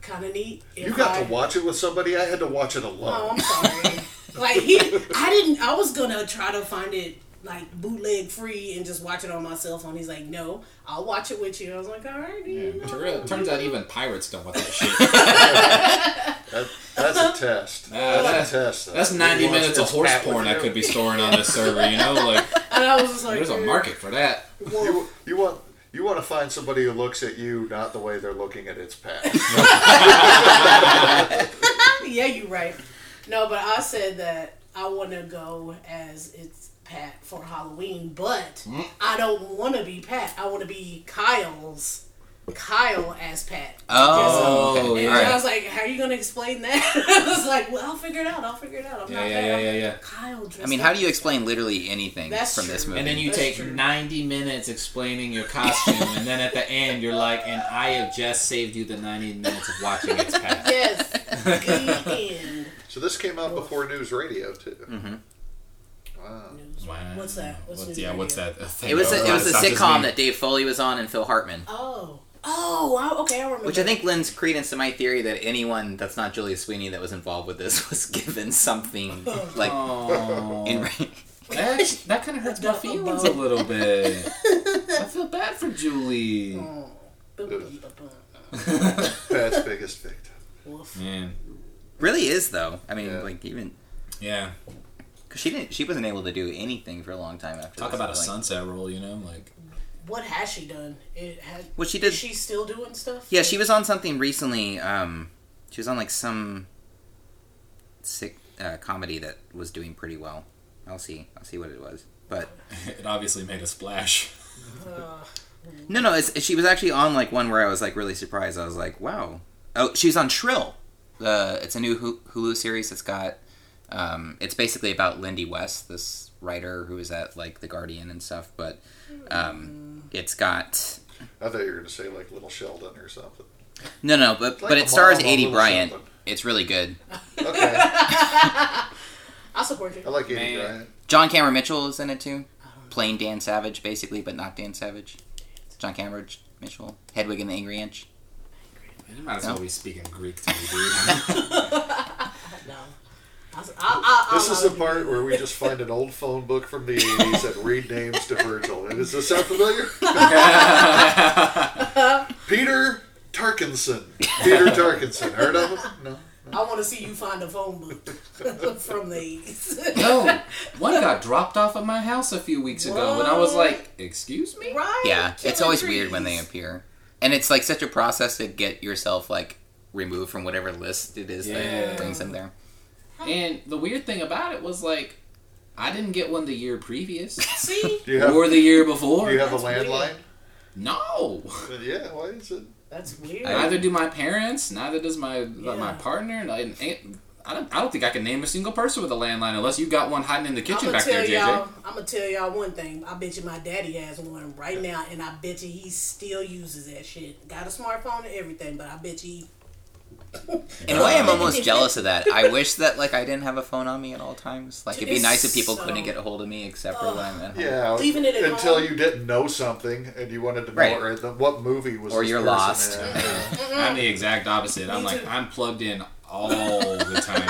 C: kind of neat. If
A: You got
C: I,
A: to watch it with somebody. I had to watch it
C: Oh,
A: alone.
C: I'm sorry. like he, I didn't. I was gonna try to find it like bootleg free and just watch it on my cell phone. He's like, no, I'll watch it with you. I was like, all right. You know.
D: Tur- turns out even pirates don't want that shit.
A: That, that's a test. that's a test. though.
D: That's 90
A: You watch-
D: minutes of
A: it's
D: horse
A: Pat with
D: porn I
A: you.
D: could be storing on this server, you know? Like,
C: And I was just like,
D: there's a
C: "Eh,
D: market for that.
C: well,
A: You, you want you want to find somebody who looks at you not the way they're looking at its past.
C: yeah, you're right. No, but I said that I want to go as it's Pat for Halloween, but
D: Mm.
C: I don't want to be Pat. I want to be Kyle's. Kyle as Pat.
B: Oh,
D: Oh,
B: okay.
C: And
D: yeah.
B: All
C: I
B: right.
C: was like, "How are you gonna explain that?" I was like, "Well, I'll figure it out. I'll figure it out. I'm
D: Yeah,
C: not
D: yeah,
C: Pat.
D: yeah,
C: I'm
D: yeah, yeah.
C: Kyle dressed
B: I mean,
C: up
B: how do you explain literally anything
C: That's
B: from this
C: true.
B: movie?
D: And then you
C: That's
D: take
C: true.
D: 90 minutes explaining your costume, and then at the end, you're like, and I have just saved you the 90 minutes of watching its past.
C: Yes. the end.
A: So this came out before news radio too.
B: Mm-hmm.
A: Wow.
D: Wow.
C: What's that? What's
D: What's-
C: new
D: yeah,
C: video?
D: what's that? uh, thing
B: it was a,
D: over
B: it
D: on
B: was a
D: Stop This
B: sitcom
D: Meme?
B: that Dave Foley was on and Phil Hartman,
C: Oh. Oh. I, okay, I remember.
B: which I think lends credence to my theory that anyone that's not Julia Sweeney that was involved with this was given something
C: Oh.
B: like
D: Aw.
B: in
D: that, actu- that kind of hurts my feelings a little bit. I feel bad for Julie.
C: Oh. Boom, boom, boom, boom.
A: Pat's biggest victim.
C: Woof.
D: Man,
B: really is though. I mean,
A: Yeah.
B: like even
D: yeah.
B: because she didn't, she wasn't able to do anything for a long time after.
D: Talk
B: this,
D: about a
B: like-
D: sunset roll, you know, like
C: What has she done? It had.
B: Well, she did.
C: Is she still doing stuff?
B: Yeah, she was on something recently. Um, she was on like some sick uh, comedy that was doing pretty well. I'll see. I'll see what it was. But
D: it obviously made a splash.
C: Uh,
B: no, no, it's, she was actually on like one where I was like really surprised. I was like, wow. Oh, she's on Shrill. Uh, it's a new Hu- Hulu series. It's got. Um, it's basically about Lindy West, this writer who was at like The Guardian and stuff. But um, it's got
A: I thought you were going to say like Little Sheldon or something.
B: no, no, but
A: like
B: but
A: a
B: it stars
A: mom on
B: Adie
A: Little
B: Bryant.
A: Sheldon.
B: It's really good.
A: Okay, I
C: I support
B: Oh.
C: you.
A: like Andy
D: Man.
A: Bryant.
B: John Cameron Mitchell is in it too, playing Dan Savage basically, but not Dan Savage. It's John Cameron Mitchell, Hedwig and the Angry Inch.
D: You might as
B: well
D: well be speaking Greek to me, dude.
C: No. I, s- I- I- I-
A: This is
C: I-
A: the part where we just find an old phone book from the 80s and read names to Virgil. And does this sound familiar? Peter Tarkinson. Peter Tarkinson. Heard of him? No.
C: I want to see you find a phone book from the 80s.
D: no, one got dropped off at my house a few weeks ago, and I was like, "Excuse me."
C: right?
B: Yeah, it's
C: Killing
B: always weird when they
C: trees.
B: appear, and it's like such a process to get yourself like removed from whatever list it is
D: Yeah.
B: that brings them there.
D: And the weird thing about it was like, I didn't get one the year previous
C: See?
A: Do you have,
D: or the year
A: do
D: before.
A: you have a
C: That's weird.
A: landline?
D: no.
A: Yeah, why is it?
C: That's weird.
D: Neither do my parents. Neither does my uh, my
C: Yeah.
D: partner. and I, and I don't. I don't think I can name a single person with a landline unless you got one hiding in the kitchen
C: I'm gonna
D: back
C: tell
D: there, JJ.
C: y'all. I'm gonna tell y'all one thing. I bet you my daddy has one right now, and I bet you he still uses that shit. Got a smartphone and everything, but I bet you. he-
B: In a way, I'm almost jealous of that. I wish that like I didn't have a phone on me at all times. Like it'd be
C: It's
B: nice if people
C: so-
B: couldn't get a hold of me except for when I'm
D: Uh-huh.
B: at home.
A: Yeah,
C: Leaving it at
A: until
C: home.
A: you didn't know something and you wanted to know
B: Right.
A: or the- what movie was
B: Or
A: this
B: you're
A: person
B: lost.
A: in.
D: I'm the exact opposite. I'm
C: Me
D: like
C: too.
D: I'm plugged in all the time.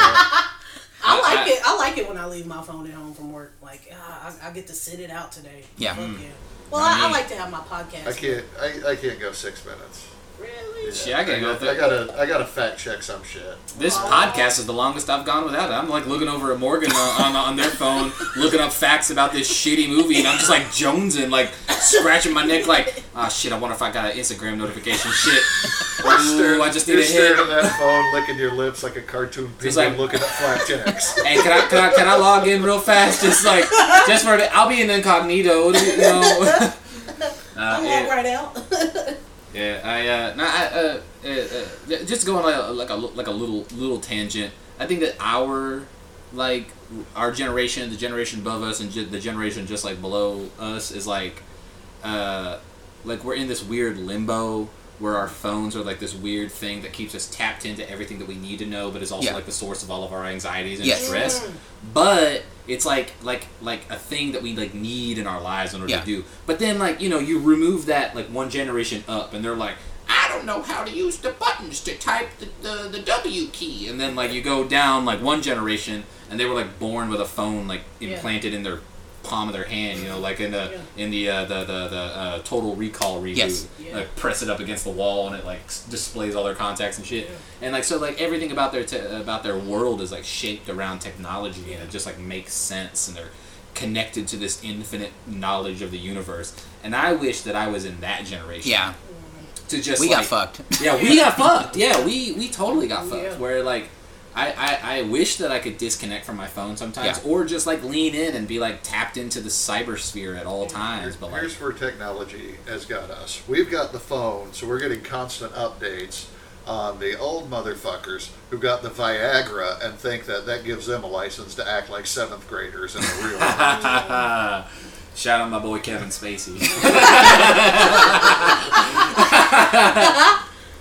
C: I like
D: I-
C: it. I like it when I leave my phone at home from work. Like ah, I, I get to sit it out today.
B: Yeah.
D: Mm.
C: Fuck yeah. Well, I, I like to have my podcast.
A: I can't. I, I can't go six minutes.
C: Really?
D: Shit, I gotta
A: I,
D: go
A: got, I
D: through.
A: gotta. I gotta fact check some shit.
D: This podcast is the longest I've gone without it. I'm like looking over at Morgan on, on, on their phone, looking up facts about this shitty movie, and I'm just like jonesing, like scratching my neck, like, ah, shit, I wonder if I got an Instagram notification. Shit. Ooh, I just need
A: you're
D: a
A: staring
D: hit.
A: at that phone, licking your lips like a cartoon
D: Just
A: penguin,
D: like-
A: looking at flat checks.
D: Hey, can I, can I can I log in real fast? Just like just for a bit. I'll be in incognito. You know. Uh,
C: Come on,
D: yeah,
C: right out.
D: yeah, I uh, no, I, uh, uh, uh, j- just going like a, like a li- like a little little tangent. I think that our like our generation, the generation above us, and ge- the generation just like below us is like uh, like we're in this weird limbo where our phones are like this weird thing that keeps us tapped into everything that we need to know, but is also
B: Yeah.
D: like the source of all of our anxieties and
B: Yes.
D: stress. But it's like like like a thing that we like need in our lives in order
B: Yeah.
D: to do. But then like you know you remove that like one generation up, and they're like. I don't know how to use the buttons to type the, the, the W key. And then, like, you go down, like, one generation, and they were, like, born with a phone, like,
C: Yeah.
D: implanted in their palm of their hand, you know, like in the
C: Yeah.
D: in the uh, the the, the uh, Total Recall reboot.
B: Yes.
C: Yeah.
D: Like press it up against the wall and it like s- displays all their contacts and shit. And like so like everything about their te- about their world is like shaped around technology and it just like makes sense and they're connected to this infinite knowledge of the universe. And I wish that I was in that generation.
B: Yeah,
D: To just
B: we got
D: like-
B: fucked.
D: yeah, we got fucked. Yeah, we we totally got fucked.
C: Yeah.
D: Where like, I, I I wish that I could disconnect from my phone sometimes,
B: Yeah.
D: or just like lean in and be like tapped into the cybersphere at all times. But like,
A: Here's where technology has got us. We've got the phone, so we're getting constant updates on the old motherfuckers who got the Viagra and think that that gives them a license to act like seventh graders in the real world.
D: shout out my boy Kevin Spacey.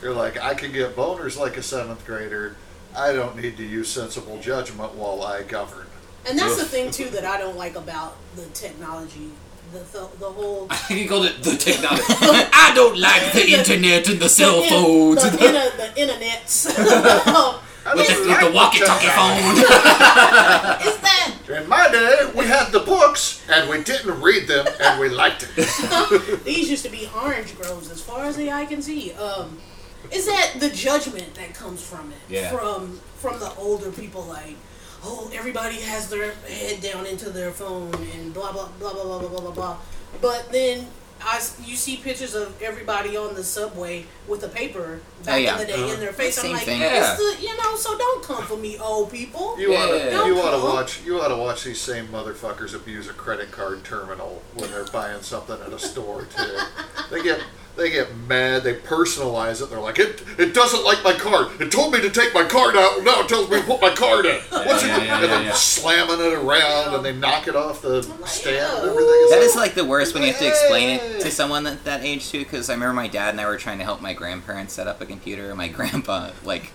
A: You're like, I can get boners like a seventh grader. I don't need to use sensible judgment while I govern.
C: And that's the thing too that I don't like about the technology, the the, the whole
D: he called it the technology. I don't like the internet and the cell phones.
C: the, inter, the internets. is
A: I
D: With
A: don't
D: the,
A: like
D: with the walkie-talkie
A: technology.
D: phone.
C: that
A: In my day, we had the books and we didn't read them and we liked it.
C: these used to be orange groves as far as the eye can see. Um, is that the judgment that comes from it?
D: Yeah.
C: From from the older people, like, oh, everybody has their head down into their phone and blah blah blah blah blah blah blah blah. blah. But then I s you see pictures of everybody on the subway with a paper back
B: Oh, yeah.
C: in the
A: Uh-huh.
C: day in their face.
B: Same
C: I'm like,
B: thing.
D: Yeah.
C: it's the, you know, so don't come for me, old people.
A: You
D: Yeah.
A: oughta, you oughta
C: Don't call.
A: watch. You oughta watch these same motherfuckers abuse a credit card terminal when they're buying something at a store too. They get they get mad. They personalize it. They're like, it it doesn't like my card. It told me to take my card out. Now it tells me to put my card in. What's
D: yeah,
A: it?
D: yeah,
A: and
D: yeah,
A: they're
D: yeah.
A: slamming it around and they knock it off the stand. and
C: "Ew."
A: everything. It's
B: That
A: like,
B: is like the worst when you have to explain it to someone at that age too. Because I remember my dad and I were trying to help my grandparents set up a computer. and My grandpa, like,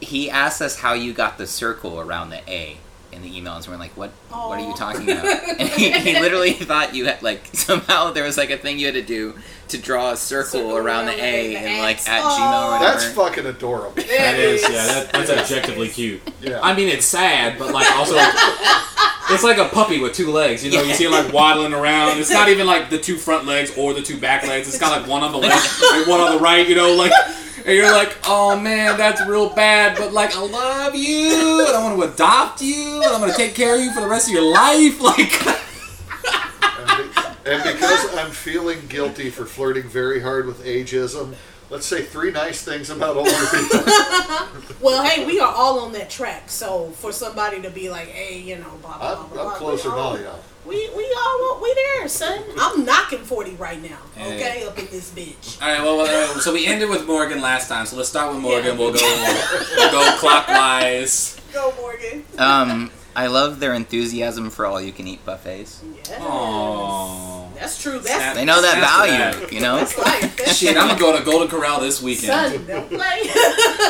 B: he asked us how you got the circle around the A in the email, and we're like, "What? What are you
C: Aw.
B: talking about?" and he, he literally thought you had like somehow there was like a thing you had to do to draw a circle,
C: Circle
B: around the
C: around
B: A
C: the
B: and
C: X.
B: like at
C: Aw.
B: Gmail or whatever.
A: That's fucking adorable.
C: There
F: That is,
C: it
F: yeah, that, that's objectively cute.
A: Yeah.
D: I mean, it's sad, but like also, it's like a puppy with two legs. You know, you see it like waddling around. It's not even like the two front legs or the two back legs. It's kind of like one on the left and one on the right. You know, like. And you're like, oh man, that's real bad, but like, I love you, and I want to adopt you, and I'm gonna take care of you for the rest of your life. Like,
A: and, be- and because I'm feeling guilty for flirting very hard with ageism, Let's say three nice things about older people.
C: Well, hey, we are all on that track. So for somebody to be like, hey, you know, blah blah
A: I'm,
C: blah,
A: I'm
C: blah,
A: closer
C: Oh, we
A: than
C: all,
A: all y'all.
C: we we all we there, son. I'm knocking forty right now.
D: Hey.
C: Okay, up in this bitch.
D: All right. Well, well, uh, so we ended with Morgan last time, so let's start with Morgan.
C: Yeah.
D: We'll go. we'll go clockwise.
C: Go, Morgan.
B: Um, I love their enthusiasm for all you can eat buffets.
C: Yes.
D: Aww.
C: That's true.
D: Snap.
C: That's
B: They know that
D: That's
B: value, you know.
C: that's life. That's
D: Shit, I'm gonna go to Golden Corral this weekend.
C: son. Don't play.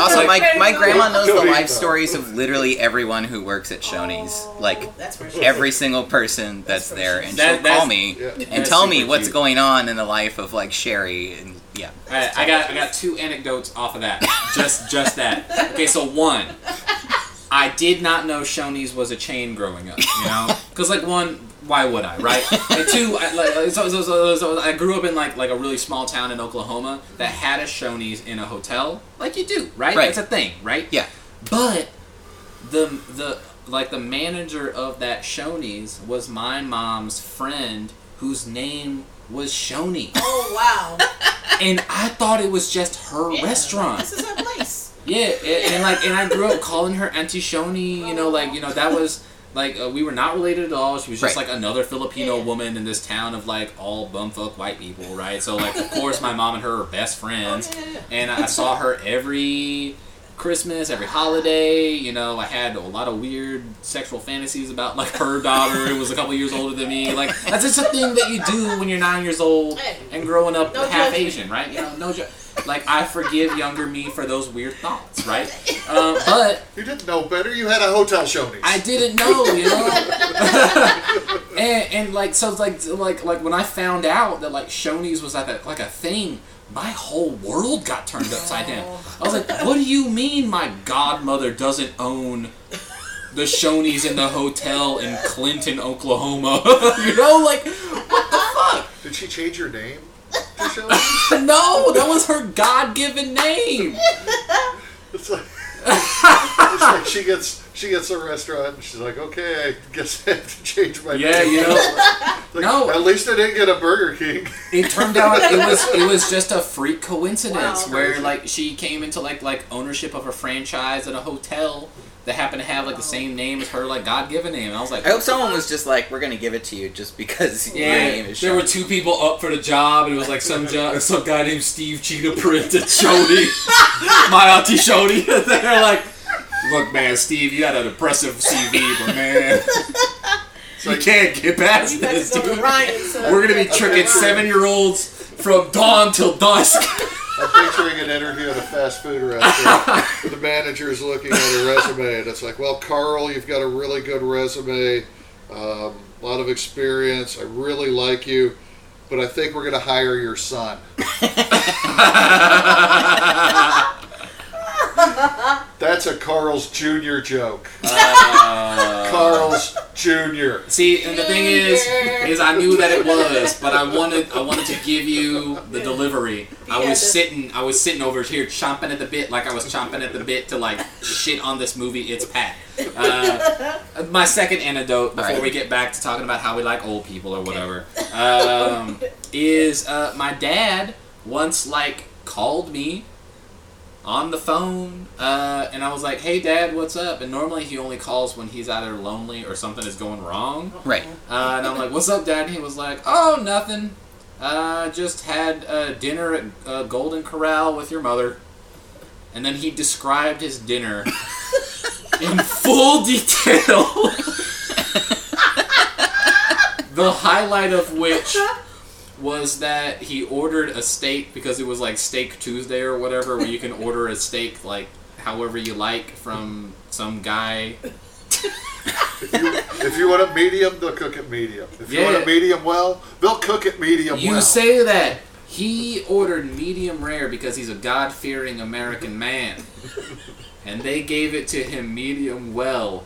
B: Also, my
C: Like-
B: my grandma knows the
A: Don't eat
B: life
A: that.
B: stories of literally everyone who works at Shoney's. Like
C: Oh, that's for sure.
B: every single person that's there, and
D: That-
B: she'll call
D: Oh. that's-
B: me
A: Yeah.
B: and
D: That's
B: tell me
D: super
B: what's
D: cute.
B: going on in the life of like Sherry. And yeah,
D: All right, I got I got two anecdotes off of that. Just just that. Okay, so one, I did not know Shoney's was a chain growing up. You know, because like one, why would I, right? And two, I, like, so, so, so, so, I grew up in like like a really small town in Oklahoma that had a Shoney's in a hotel, like you do, right?
B: Right.
D: That's a thing, right?
B: yeah.
D: But the the like the manager of that Shoney's was my mom's friend, whose name was Shoney
C: Oh wow.
D: and I thought it was just her
C: Yeah, This
D: restaurant.
C: is her place.
D: Yeah, and, and like, and I grew up calling her Auntie Shoni. You know, like you know that was like uh, we were not related at all. She was just
B: Right.
D: like another Filipino
C: Yeah.
D: woman in this town of like all bumfuck white people, right? So like, of course, my mom and her are best friends,
C: Oh, yeah, yeah.
D: and I saw her every. Christmas, every holiday, you know, I had a lot of weird sexual fantasies about like her daughter who was a couple years older than me. Like that's just a thing that you do when you're nine years old
C: Hey.
D: and growing up
C: No
D: half
C: judgment.
D: Asian, right? You know, no ju- Like I forgive younger me for those weird thoughts, right? Um, but
A: You didn't know better. You had a hotel Shoney's.
D: I didn't know, you know. and, and like so, it's like like like when I found out that like Shoney's was like a, like a thing, my whole world got turned upside down. I was like, what do you mean my godmother doesn't own? The Shoney's in the hotel in Clinton, Oklahoma. you know, like
A: Did she change her name to Shoney's?
D: no, that was her God-given name.
A: It's like, it's like she gets she gets a restaurant and she's like, okay, I guess I have to change my
D: Yeah,
A: name.
D: you
A: know. Like,
D: No.
A: At least I didn't get a Burger King.
D: it turned out it was it was just a freak coincidence
C: Wow.
D: where like she came into like like ownership of a franchise at a hotel that happened to have like the same name as her like God given name. And I was like,
B: I hope someone was just like, "We're gonna give it to you just because your name
D: yeah.
B: is."
D: There were
B: Shoney's."
D: two people up for the job, and it was like some jo- some guy named Steve Cheetah Print and Shoney, my auntie Shoney. They're like. Look, man, Steve, you got an impressive CV, but man,
A: It's
D: you
A: like,
D: can't get past
C: You got
D: this,
C: to go
D: dude.
C: to Ryan. Son.
D: We're gonna be tricking seven-year-olds from dawn till dusk.
A: I'm picturing an interview at a fast food restaurant. the manager is looking at her resume, and it's like, "Well, Carl, you've got a really good resume, um, a lot of experience. I really like you, but I think we're going to hire your son." That's a Carl's Jr. joke. Carl's Jr.
D: See, and the thing is,
C: Junior.
D: is I knew that it was, but I wanted, I wanted to give you the delivery. I
C: Yeah,
D: was
C: the-
D: sitting, I was sitting over here chomping at the bit, like I was chomping at the bit to like shit on this movie. It's Pat. Uh, my second antidote before
B: Alright.
D: we get back to talking about how we like old people or whatever um, is uh, my dad once like called me on the phone, uh, and I was like, "Hey, Dad, what's up?" And normally he only calls when he's either lonely or something is going wrong.
B: Right.
D: Uh, and I'm like, "What's up, Dad?" And he was like, "Oh, nothing. Uh, just had uh, dinner at uh, Golden Corral with your mother." And then he described his dinner in full detail. the highlight of which was that he ordered a steak because it was like Steak Tuesday or whatever, where you can order a steak like however you like from some guy.
A: If you, if you want it medium, they'll cook it medium. If you want
D: Yeah.
A: it medium well, they'll cook it medium
D: You
A: well.
D: say that he ordered medium rare because he's a God fearing American man, and they gave it to him medium well,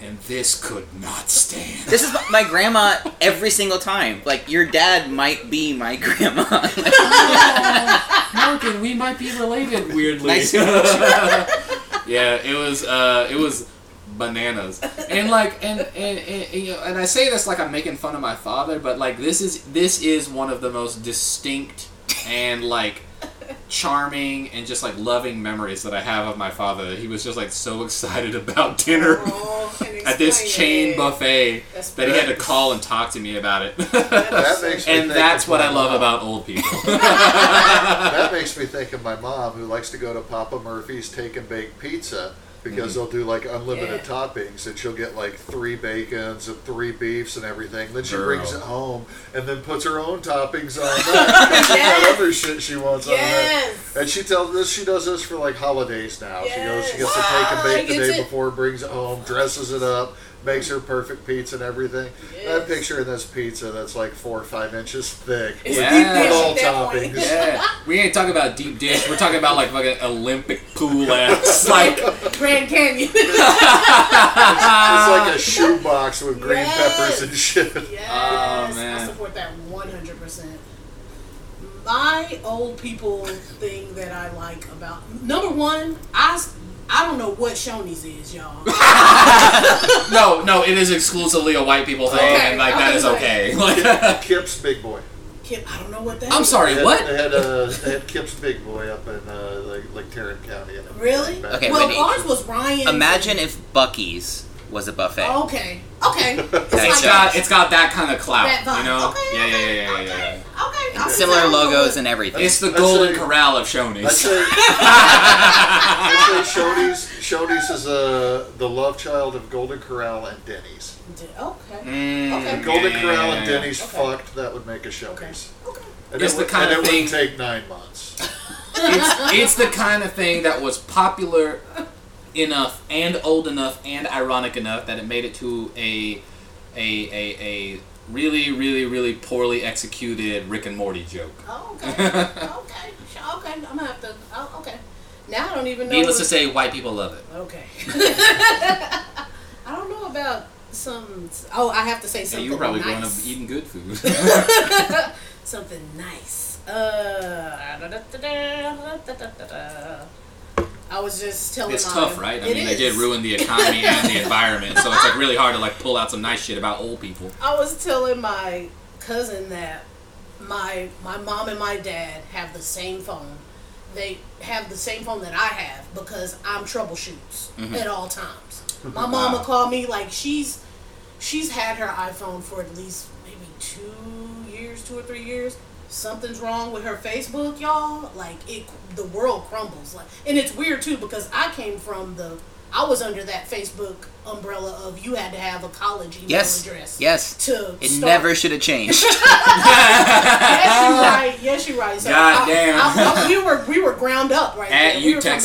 D: and this could not stand.
B: This is my- my grandma every single time. Like your dad might be my grandma.
D: Morgan, we might be related weirdly.
B: Nice to
D: yeah, it was uh, it was bananas, and like and and, and, and, you know, and I say this like I'm making fun of my father, but like this is this is one of the most distinct and like charming and just like loving memories that I have of my father. He was just like so excited about dinner
C: Oh, can
D: at this
C: explain
D: chain
C: it.
D: buffet
C: That's
D: that he had to
A: great.
D: call and talk to me about it.
A: That makes me
D: and
A: think
D: that's
A: of
D: what
A: my
D: I love
A: mom.
D: about old people.
A: That makes me think of my mom, who likes to go to Papa Murphy's Take and Bake Pizza because they'll do like unlimited
C: Yeah.
A: toppings, and she'll get like three bacons and three beefs and everything. Then she
D: Girl.
A: brings it home and then puts her own toppings on that. and she's got
C: Yes.
A: other shit she wants
C: Yes.
A: on there. And she tells this she does this for like holidays now. She goes, she gets
C: Yes.
A: a take and bake
C: She
A: the
C: gets
A: day
C: it.
A: before, brings it home, dresses it up. Makes her perfect pizza and everything. I'm
C: Yes.
A: picturing this pizza that's like four or five inches thick
C: It's
A: with,
D: Yeah.
A: with all
C: deep dish at that point.
A: toppings.
D: Yeah, we ain't talking about deep dish. We're talking about like fucking Olympic pool ass. Like,
C: Grand Canyon.
A: It's like a shoebox with green
C: Uh, Yes.
A: peppers and shit.
C: Yes,
D: Oh, man.
C: I support that one hundred percent. My old people thing that I like about number one, I s- I don't know what Shoney's is, y'all.
D: no, no, it is exclusively a white people thing,
C: Okay,
D: and like
C: I
D: that
C: was
D: is
C: like-
D: okay. Like,
A: Kip's Big Boy.
C: Kip, I don't know what that.
D: I'm
C: is.
D: sorry,
A: They had,
D: what?
A: They had, uh, they had Kip's Big Boy up in uh, like, like Tarrant County. and everything
C: Really?
A: back
B: Okay,
C: well,
B: wait.
C: ours was Ryan.
B: Imagine if Bucky's was a buffet.
D: Oh,
C: Okay. Okay. It's
D: It's
B: It's
C: like
D: got it's got that kind of clout,
C: that vibe.
D: you know?
C: Okay,
D: yeah, yeah,
C: okay,
D: yeah, yeah,
C: okay,
D: yeah.
C: Okay. I'm
B: Similar
C: sorry,
B: logos
C: but-
B: and everything.
D: It's the
A: That's
D: golden
A: a-
D: corral of
A: I'd
D: Shoney's.
A: say, I'd say Shoney's, Shoney's is uh, the love child of Golden Corral and Denny's.
C: Okay.
D: Mm,
C: Okay.
A: If Golden
D: yeah,
A: Corral
D: yeah,
A: and
D: yeah.
A: Denny's
C: Okay.
A: fucked, that would make a
C: Okay.
A: Shoney's.
D: Hmm?
C: Okay.
A: And
D: It's
A: it
D: the
A: would,
D: kind
A: and
D: of
A: it
D: thing-
A: would take nine months.
D: It's, it's the kind of thing that was popular enough and old enough and ironic enough that it made it to a a a, a really really really poorly executed Rick and Morty joke.
C: Oh, okay. okay. Okay. I'm gonna have to. Oh, okay. Now I don't even know.
D: Needless to
C: what-
D: say, white people love it.
C: Okay. I don't know about some. Oh, I have to say
D: So
C: something
D: you're probably growing up
C: nice.
D: eating good food.
C: something nice. Uh, da-da-da-da-da-da-da-da-da. I was just telling.
D: it's
C: my-
D: tough, right? I
C: It
D: mean, they
C: is.
D: did ruin the economy and the environment, so it's like really hard to like pull out some nice shit about old people.
C: I was telling my cousin that my my mom and my dad have the same phone. They have the same phone that I have because I'm troubleshoots at all times. My mama called me like she's she's had her iPhone for at least maybe two years, two or three years. Something's wrong with her Facebook, y'all. Like it, the world crumbles. Like, and it's weird too because I came from the, I was under that Facebook umbrella of you had to have a college email
B: yes.
C: address.
B: Yes.
C: To
B: It
C: start.
B: never should have changed.
C: Yes, you're right. Yes, you're right. So
D: God
C: I-
D: damn.
C: I- I- we were we were ground up right
D: At E
C: there. We were from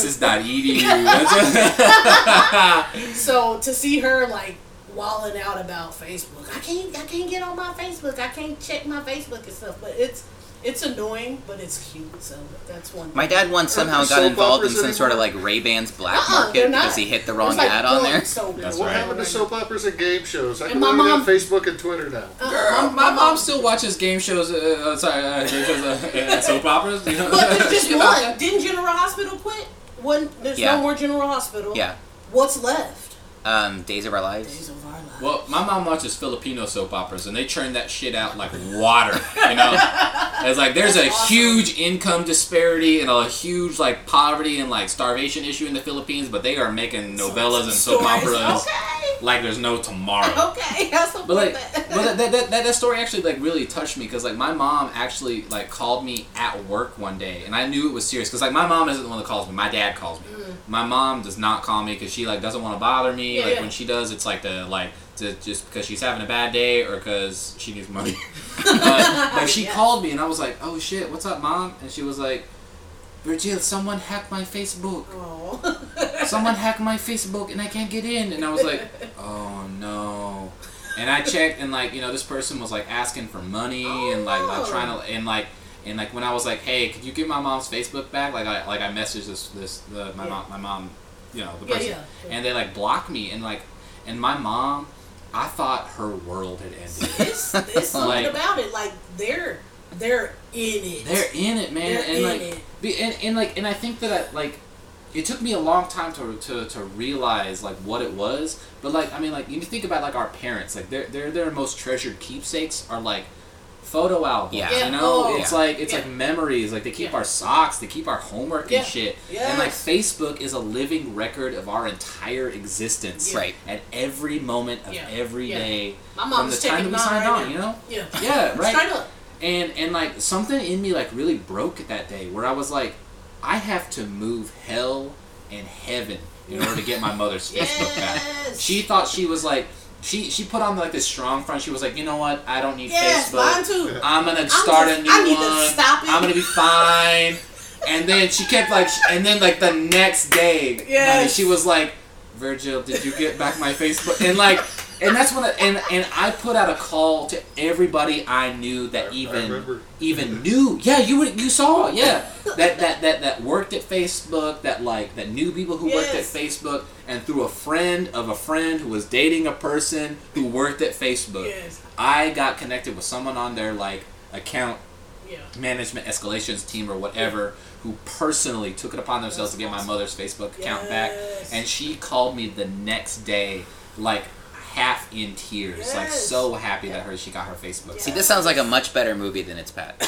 C: the-
D: utexas.edu.
C: so to see her like walling out about Facebook, I can't I can't get on my Facebook. I can't check my Facebook and stuff. But it's it's annoying, but it's cute. So that's one.
B: My dad once somehow
A: there
B: got
A: soap
B: involved in
A: operas
B: some sort of
A: anymore?
B: like Ray Ban's black
C: Uh-uh,
B: market
C: they're not.
B: because he hit the
C: There's,
B: wrong
C: like,
B: ad on
C: one
B: there.
C: soap
D: That's
C: going
A: What
D: right.
C: on
A: happened to
C: right
A: soap operas and game shows? I
C: And
A: can
C: my
A: only
C: mom-
A: have Facebook and Twitter now.
C: now.
D: My,
C: Uh,
D: my mom still watches game shows. Uh, uh, sorry, uh, game shows, uh, and soap operas. You know?
C: But there's just
D: You know?
C: one. Didn't General Hospital quit? One. There's
B: Yeah.
C: no more General Hospital.
B: Yeah.
C: What's left?
B: Um, Days of Our Lives.
C: Days of our lives.
D: Well, my mom watches Filipino soap operas, and they churn that shit out like water. You know, it's like there's a
C: That's awesome.
D: huge income disparity and a huge like poverty and like starvation issue in the Philippines, but they are making novellas and soap
C: Stories.
D: operas
C: Okay.
D: like there's no tomorrow.
C: Okay, I support
D: But like,
C: that.
D: but that, that, that, that story actually like really touched me because like my mom actually like called me at work one day and I knew it was serious because like my mom isn't the one that calls me, my dad calls me. My mom does not call me because she like doesn't want to bother me.
C: Mm. Yeah,
D: like
C: yeah.
D: when she does, it's like the like to, just because she's having a bad day or because she needs money. but but she
C: Yes.
D: called me and I was like, oh shit, what's up, mom? And she was like, Virgil, someone hacked my Facebook
C: Oh.
D: someone hacked my Facebook and I can't get in. And I was like, oh no. And I checked and like, you know, this person was like asking for money and like, like
C: Oh.
D: trying to and like and like when I was like, hey, could you give my mom's Facebook back? Like I like I messaged this this the, my
C: Yeah.
D: mom my mom, you know, the
C: Yeah,
D: person,
C: yeah, yeah.
D: and they like blocked me and like and my mom, I thought her world had ended.
C: It's, it's something
D: Like-
C: about it. Like they're they're in it.
D: They're in it, man,
C: They're
D: and
C: in
D: like,
C: it.
D: Be, and, and like, and I think that I, like, it took me a long time to, to to realize like what it was. But like, I mean, like, you think about like our parents, like their their their most treasured keepsakes are like photo album.
B: Yeah.
D: You
E: Yeah.
D: know,
C: Oh.
D: it's
B: Yeah.
D: like it's
C: Yeah.
D: like memories. Like they keep
C: Yeah.
D: our socks, they keep our homework
C: Yeah.
D: and shit.
C: Yes.
D: And like Facebook is a living record of our entire existence.
B: Yeah. Right.
D: At every moment of
C: Yeah.
D: every
C: Yeah.
D: day.
C: My
D: From
C: mom's
D: the time
C: taking
D: that we
C: mine
D: signed
C: right
D: on,
C: now.
D: you know?
C: Yeah.
D: Yeah, right.
C: Straight up.
D: And and like something in me like really broke that day where I was like, I have to move hell and heaven in order to get my mother's Facebook back.
C: Yes.
D: She thought she was like she she put on like this strong front. She was like, you know what? I don't need
C: Yes, mine
D: Facebook.
C: too.
D: I'm gonna start
C: just-
D: a new
C: I need to
D: one.
C: stop it.
D: I'm gonna be fine. and then she kept like, sh- and then like the next day, Maddie,
C: Yes.
D: she was like, Virgil, did you get back my Facebook? And like, and that's when, I, and and I put out a call to everybody I knew that
A: I
D: even
A: remember.
D: even knew. Yeah, you were, you saw, Oh, yeah, that that that that worked at Facebook, that like that knew people who worked at
C: Yes.
D: Facebook, and through a friend of a friend who was dating a person who worked at Facebook.
C: Yes.
D: I got connected with someone on their like account
C: Yeah.
D: management escalations team or whatever who personally took it upon themselves to get my mother's Facebook account back
C: Yes.
D: and she called me the next day like half in tears like
C: Yes.
D: so happy that her she got her Facebook
B: See, this sounds like a much better movie than it's Pat.
D: man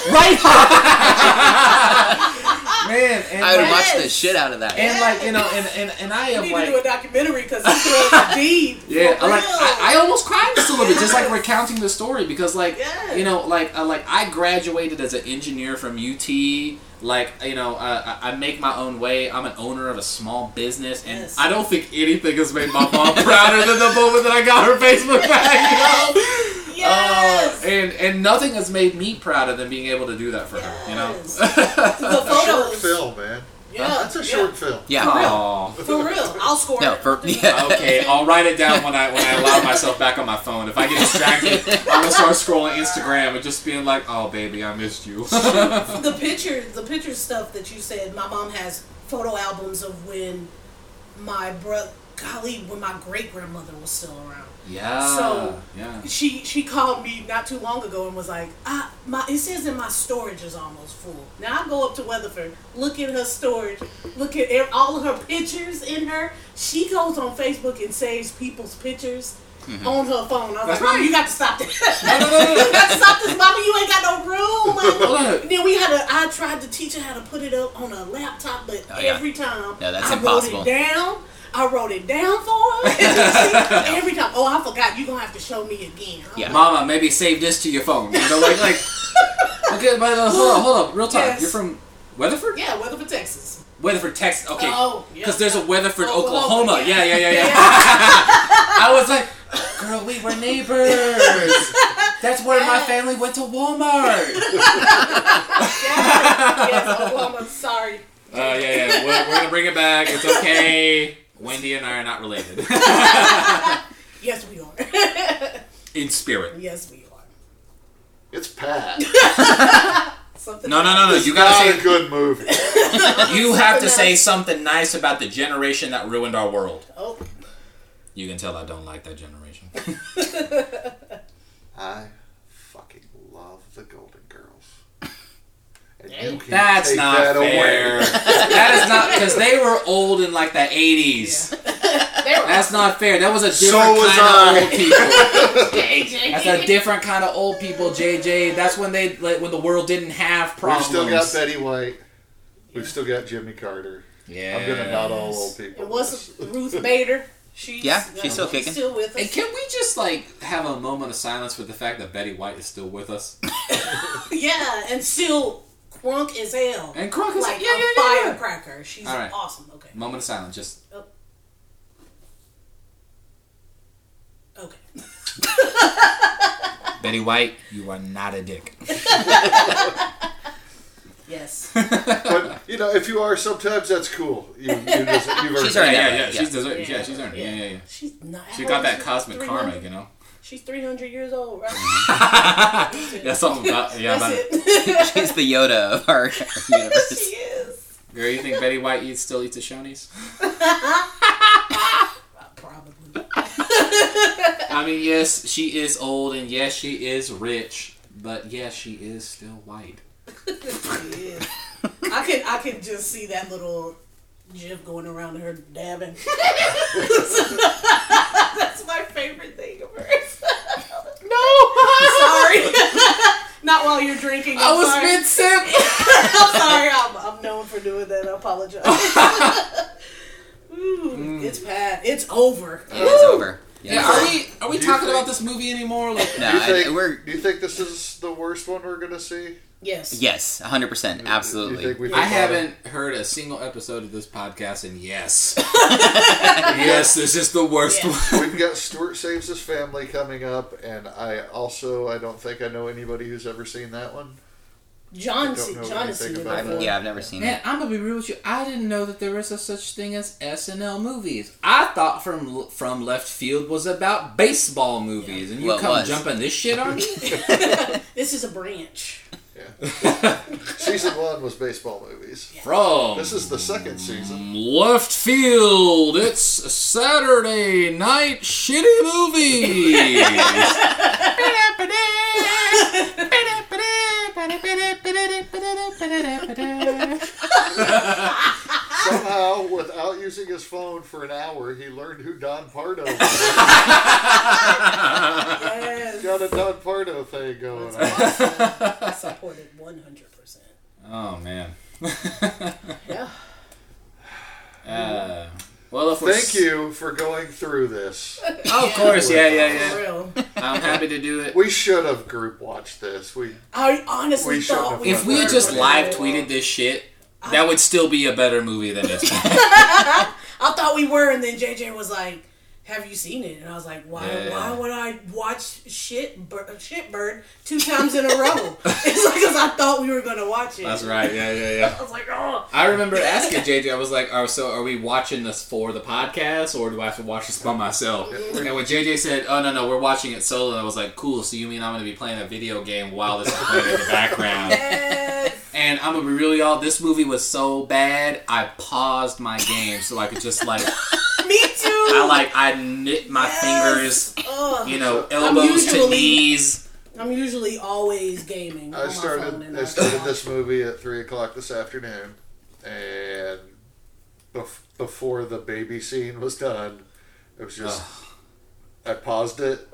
D: and
B: I would
D: like,
B: watch the
C: Yes.
B: shit out of that.
D: and like you know and, and, and I
C: We
D: am
C: need
D: like
C: to do a documentary because it's real deep.
D: Yeah,
C: For
D: I like
C: real.
D: I, I almost cried just a little bit, just like recounting the story because like
C: Yes.
D: you know like uh, like I graduated as an engineer from UT. Like you know, uh, I I make my own way. I'm an owner of a small business, and
C: Yes.
D: I don't think anything has made my mom prouder than the moment that I got her Facebook back. You know?
C: yes.
D: Uh, and and nothing has made me prouder than being able to do that for
C: Yes.
D: her. You know.
C: the
A: Short
C: photos.
A: film, man.
C: Yeah,
A: That's a
C: yeah.
A: short film.
B: Yeah.
D: Aw.
C: For real, I'll score.
B: No,
C: it.
B: for yeah.
D: Oh, okay, I'll write it down when I when I allow myself back on my phone. If I get distracted, I'm gonna start scrolling Instagram and just being like, "Oh, baby, I missed you."
C: the picture, the picture stuff that you said. My mom has photo albums of when my bro, golly, when my great grandmother was still around.
D: yeah.
C: So-
D: yeah.
C: She she called me not too long ago and was like, I, my it says that my storage is almost full. Now I go up to Weatherford, look at her storage, look at e- all of her pictures in her. She goes on Facebook and saves people's pictures
B: Mm-hmm.
C: on her phone. I was
D: That's
C: like, Mama,
D: right.
C: you got to stop that. you got to stop this, Mama. You ain't got no room. Mama.
D: Look,
C: And then we had a. I tried to teach her how to put it up on a laptop, but
B: Oh, yeah.
C: every time
B: No, that's
C: I
B: impossible.
C: wrote it down. I wrote it down for her. every time. Oh, I forgot. You gonna have to show me again.
B: Yeah.
D: Mama, maybe save this to your phone. You know, like like. Okay, but uh, hold up, hold up, real time.
C: Yes.
D: You're from Weatherford.
C: Yeah, Weatherford, Texas.
D: Weatherford, Texas. Okay.
C: Oh, yeah.
D: Because there's a Weatherford,
C: Oklahoma,
D: Oklahoma. Yeah,
C: yeah.
D: yeah, yeah, yeah. I was like, girl, we were neighbors. That's where my
C: Yes.
D: family went to Walmart.
C: Yes, yes Oklahoma. Sorry.
D: Oh yeah, yeah. We're, we're gonna bring it back. It's okay. Wendy and I are not related
C: Yes, we are.
D: in spirit.
C: yes, we are.
A: It's Pat.
C: Something.
D: No, no, no, no. You
A: Not
D: gotta
A: a good movie.
D: say. You have to
C: Something
D: say
C: else.
D: something nice about the generation that ruined our world.
C: Oh,
D: You can tell I don't like that generation.
A: I fucking love the Golden Girls. And you can't
D: That's
A: take
D: not
A: that
D: fair.
A: away.
D: that is not because they were old in like the '80s.
C: they were
D: That's not fair. That was a
A: So
D: different
A: was
D: kind
A: I.
D: of old people. That's
C: JJ.
D: a different kind of old people, JJ. That's when they like, when the world didn't have
A: We've
D: problems.
A: still got Betty White. We've still got Jimmy Carter.
D: Yeah.
A: I'm gonna not all old people.
C: It was Ruth Bader. She's
B: Yeah, she's still kicking.
C: Still with us.
D: And can we just like have a moment of silence for the fact that Betty White is still with us?
C: Yeah, and still crunk as hell.
D: And Crunk is
C: like
D: like, yeah,
C: a
D: yeah, yeah, yeah.
C: firecracker. She's
D: All right.
C: awesome. Okay.
D: Moment of silence, just
C: Okay.
D: Betty White, you are not a dick.
C: Yes.
A: But you know, if you are, sometimes that's cool. You, you just, you've earned it.
B: She's alright.
D: yeah,
B: Yeah,
D: yeah,
B: yeah.
D: she's deserved. Yeah,
C: Yeah.
D: she's earned. it. Yeah, yeah, yeah.
C: She's not.
D: She
C: how
D: got
C: old
D: that
C: is she?
D: cosmic karma,
C: 300?
D: you know.
C: She's 300 years old, right?
D: That's all about. Yeah,
C: That's
D: about it.
C: it.
B: She's the Yoda of our
C: she
B: universe.
C: is.
D: Girl, you think Betty White eats still eats the Shoney's?
C: Probably.
D: I mean, yes, she is old, and yes, she is rich, but yes, she is still white.
C: She is. I can I can just see that little gif going around her dabbing. That's my favorite thing of hers. no, sorry. no, out while you're drinking. I'm
D: I was
C: sorry.
D: mid sip.
C: I'm sorry. I'm, I'm known for doing that. I apologize. Ooh,
A: Mm.
C: It's bad. It's over.
B: It is over. Yeah.
D: Yeah, are we are we
A: Do you
D: talking
A: think-
D: about this movie anymore? Like,
B: No,
A: do, you
B: I-
A: think,
B: we're
A: do you think this is the worst one we're gonna see?
C: Yes.
B: yes, hundred percent,
A: Do you think
B: absolutely.
A: we've
D: I
A: hit
D: haven't heard a single episode of this podcast, and yes, yes, this is the worst
C: Yeah.
D: one.
A: bottom? We've got Stuart saves his family coming up, and I also I don't think I know anybody who's ever seen that one.
C: John
A: I
C: C.
A: don't know
C: John
A: anything
C: C.
A: about
B: I've, yeah, I've never seen
D: Man,
B: it.
D: I'm gonna be real with you. I didn't know that there was a such thing as SNL movies. I thought from from left field was about baseball movies, and you
B: Well, it
D: come
B: was.
D: jumping this shit on me.
C: This is a branch.
A: Season one was baseball movies.
D: from
A: This is the second season.
D: left field. It's a Saturday night shitty movies.
A: Somehow, without using his phone for an hour, he learned who Don Pardo was.
C: Yes.
A: got a Don Pardo thing going on.
C: I supported 100%.
D: oh man.
C: Yeah.
D: Uh, well, if we're
A: Thank you for going through this.
D: Oh, of course, yeah, yeah,
C: For
D: yeah.
C: real.
D: I'm happy to do it.
A: We should have group watched this. We
C: I honestly
A: We should
C: thought
A: have
C: we
D: If we had
C: were
D: just
C: gonna-
D: live tweeted this shit, that would still be a better movie than this. one.
C: I thought we were, and then JJ was like, "Have you seen it?" And I was like, "Why?
D: Yeah.
C: Why would I watch shit bird, shit bird two times in a row?" it's because I thought we were gonna watch it.
D: That's right. Yeah, yeah, yeah.
C: I was like, "Oh,
D: I remember asking JJ, I was like, "Oh, so are we watching this for the podcast, or do I have to watch this by myself?" And when JJ said, "Oh no, no, we're watching it solo," I was like, "Cool. So you mean I'm going to be playing a video game while this is playing in the background?"
C: yes."
D: And I'm gonna be real, y'all. This movie was so bad, I paused my game so I could just like,
C: me too."
D: I like, I knit my fingers,
C: Ugh.
D: you know, elbows to
C: usually-
D: knees.
C: I'm usually always gaming. on
A: I
C: my phone
A: started
C: and
A: I
C: I
A: started
C: don't
A: this movie at three o'clock this afternoon, and bef- before the baby scene was done, it was just I paused it,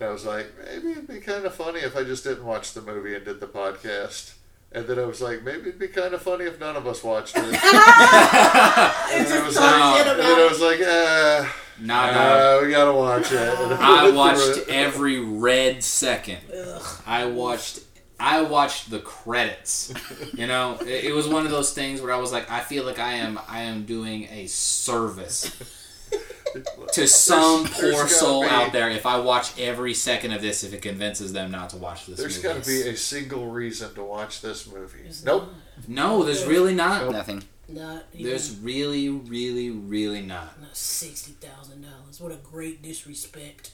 A: and I was like, maybe it'd be kind of funny if I just didn't watch the movie and did the podcast. And then I was like, maybe it'd be kind of funny if none of us watched it. and, then I was
D: thought
A: like,
D: shit
A: and then I was like, uh,
D: Nah, nah.
A: uh, we gotta watch it. And
D: I
A: went through
D: watched
A: it.
D: every red second. I watched. I watched the credits. You know, it, it was one of those things where I was like, I feel like I am. I am doing a service to some
A: There's-
D: poor
A: there's gotta
D: soul
A: be-
D: out there if I watch every second of this if it convinces them not to watch this.
A: There's
D: movie.
A: got to be a single reason to watch this movie. Nope.
D: No, Oh, there's really not.
B: Nothing.
C: Not even
D: There's really, really, really not.
C: sixty thousand dollars. What a great disrespect.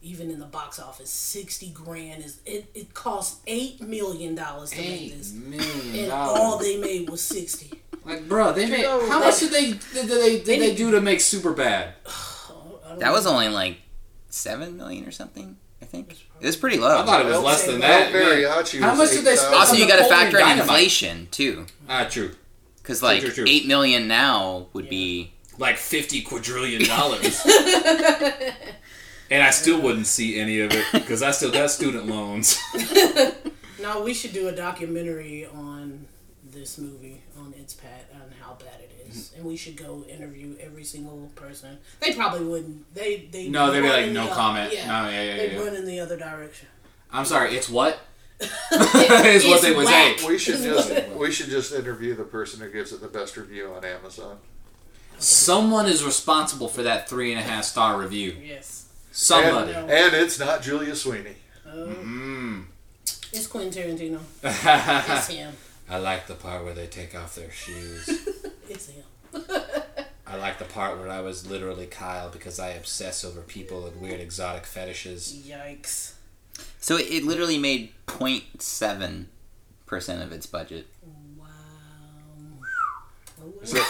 C: Even in the box office, sixty grand is it. It costs eight million dollars to make
D: Eight
C: this.
D: million
C: and all
D: dollars.
C: they made was 60
D: Like, bro, they made. How much did they did they did they do to make Super Bad?
B: That was only like seven million or something. I think it was pretty low.
D: I thought it was
A: Well,
D: less than
A: El
D: that.
A: Mariachi
D: How
A: was
D: much did they
A: 8,000.
D: spend?
B: also, you got to
D: Napoleon
B: factor in
D: Dynamite.
B: inflation too,
D: Ah, true.
B: because like
D: true, true.
B: eight million now would be
D: Like fifty quadrillion dollars. and I still wouldn't see any of it because I still got student loans.
C: now we should do a documentary on this movie on its pat on how bad it is and we should go interview every single person they probably wouldn't they they
D: No, they'd be
C: run
D: like,
C: in
D: "No
C: the-
D: comment."
C: yeah,
D: No, yeah, yeah,
C: they
D: yeah.
C: run in the other direction
D: I'm sorry. It's what is what
C: It's
D: they would
C: whack.
D: say.
A: We should just we should just interview the person who gives it the best review on Amazon.
D: Someone is responsible for that three and a half star review.
C: yes uh,
D: Somebody.
A: And, and it's not Julia Sweeney.
D: Mm-hmm.
C: it's quentin tarantino
D: Ah.
C: it's him
D: I like the part where they take off their shoes.
C: it's him
D: I like the part where I was literally Kyle because I obsess over people and weird exotic fetishes.
C: yikes
B: so. It, it literally made 07 percent of its budget.
C: wow
A: So,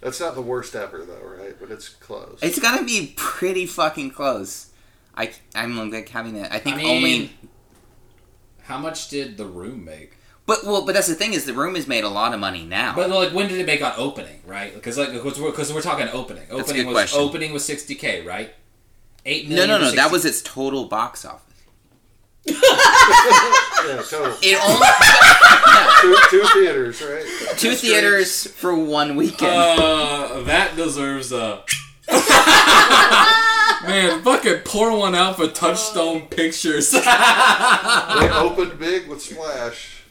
A: that's not the worst ever though, right? But it's close.
B: It's got to be pretty fucking close. I I'm like having that. I think
D: I mean-
B: only.
D: How much did the room make?
B: But well, but that's the thing is the room has made a lot of money now.
D: But like, when did it make on opening? Right? Because like, because we're, 'cause we're talking opening. Opening
B: a good
D: was
B: question.
D: opening was sixty k, right? Eight
B: no,
D: million.
B: no, no.
D: to
B: That
D: 60K.
B: was its total box office.
A: Yeah, total.
B: It only
A: two, two theaters, right?
B: two theaters for one weekend.
D: Uh, that deserves a. Man, fucking pour one out for Touchstone Pictures.
A: They opened big with Splash.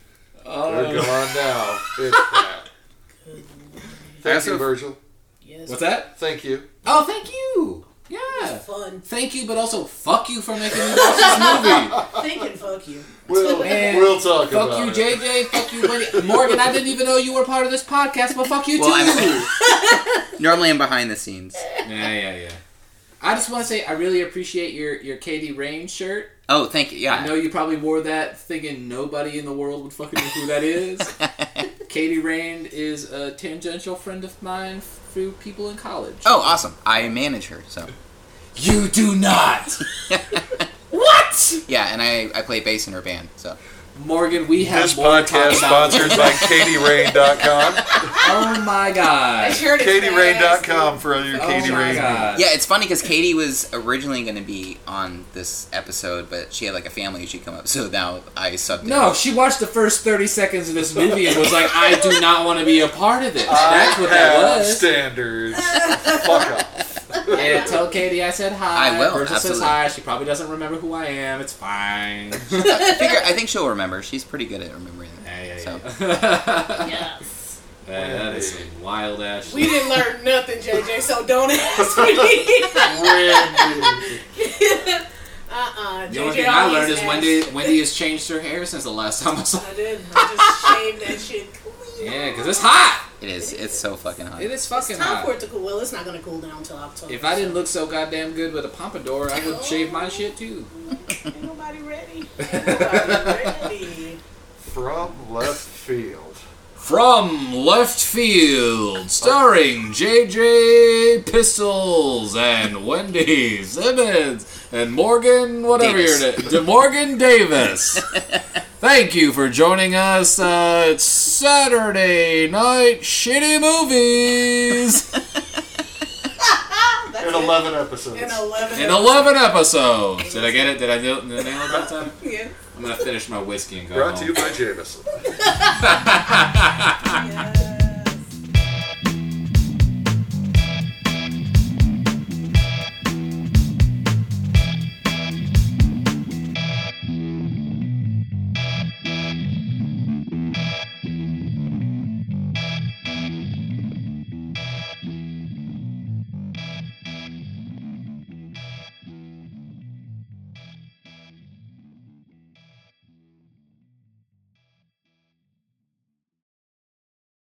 A: They're
D: Oh.
A: gone now. It's that. Thank
B: Also-
A: you, Virgil.
C: Yes.
D: What's that?
A: Thank you.
D: Oh, thank you. Yeah.
C: Fun.
D: Thank you, but also fuck you for making me watch this movie.
C: Thinking, fuck you.
A: We'll,
D: Man,
A: we'll talk
D: fuck
A: about
D: you,
A: it.
D: JJ. Fuck you, Buddy. Morgan. I didn't even know you were part of this podcast, but fuck you
B: Well,
D: too.
B: I'm- normally I'm behind the scenes.
D: Yeah, yeah, yeah. I just want to say I really appreciate your your Katie Rain shirt.
B: Oh, thank you.
D: I
B: Yeah.
D: know you probably wore that thinking nobody in the world would fucking know who that is. Katie Rain is a tangential friend of mine through people in college.
B: Oh, awesome. I manage her, so.
D: You do not. what?
B: Yeah, and I, I play bass in her band, so.
D: Morgan, we have
A: This
D: more to talk
A: podcast
D: about.
A: sponsored by KatieRain.com.
D: Oh my god.
C: Sure
A: KatieRain.com for all your
D: Oh
A: Katie
D: my
A: Rain.
D: god.
B: Yeah, it's funny because Katie was originally going to be on this episode, but she had like a family issue come up, so now I subbed in.
D: No, she watched the first 30 seconds of this movie and was like, I do not want to be a part of this. That's what that
A: Have
D: was.
A: standards. Fuck off.
D: Yeah, tell Katie I said hi.
B: I will,
D: Virgil says
B: absolutely.
D: hi. She probably doesn't remember who I am. It's fine. yeah,
B: I figure I think she'll remember. She's pretty good at remembering that.
D: yeah,
B: So.
D: yeah.
C: Yes.
D: that is some wild ass
C: We
D: shit.
C: didn't learn nothing, JJ, so don't ask me.
A: Randy.
C: Uh-uh.
D: The
C: JJ
D: only thing I
C: always
D: learned is
C: asks.
D: Wendy, Wendy has changed her hair since the last time I saw her.
C: I did. I just shaved that shit clean.
D: Yeah, because it's hot.
B: It is. It's so fucking hot.
D: It is fucking
C: It's time for
D: hot.
C: it to cool. Well, it's not gonna cool down until October.
D: If I didn't look so goddamn good with a pompadour, I would shave my shit too.
C: Ain't nobody ready. Ain't nobody ready.
A: From left field.
D: From Left Field, starring JJ Pistols and Wendy Simmons and Morgan, whatever
B: Davis.
D: your name, De- Morgan Davis. Thank you for joining us. Uh, it's Saturday night shitty movies
A: In 11 episodes.
C: In eleven.
D: in eleven episodes. Did I get it? Did I do did I nail it that time?
C: Yeah.
D: I'm gonna finish my whiskey and go
A: Brought
D: home.
A: to you by Jameson.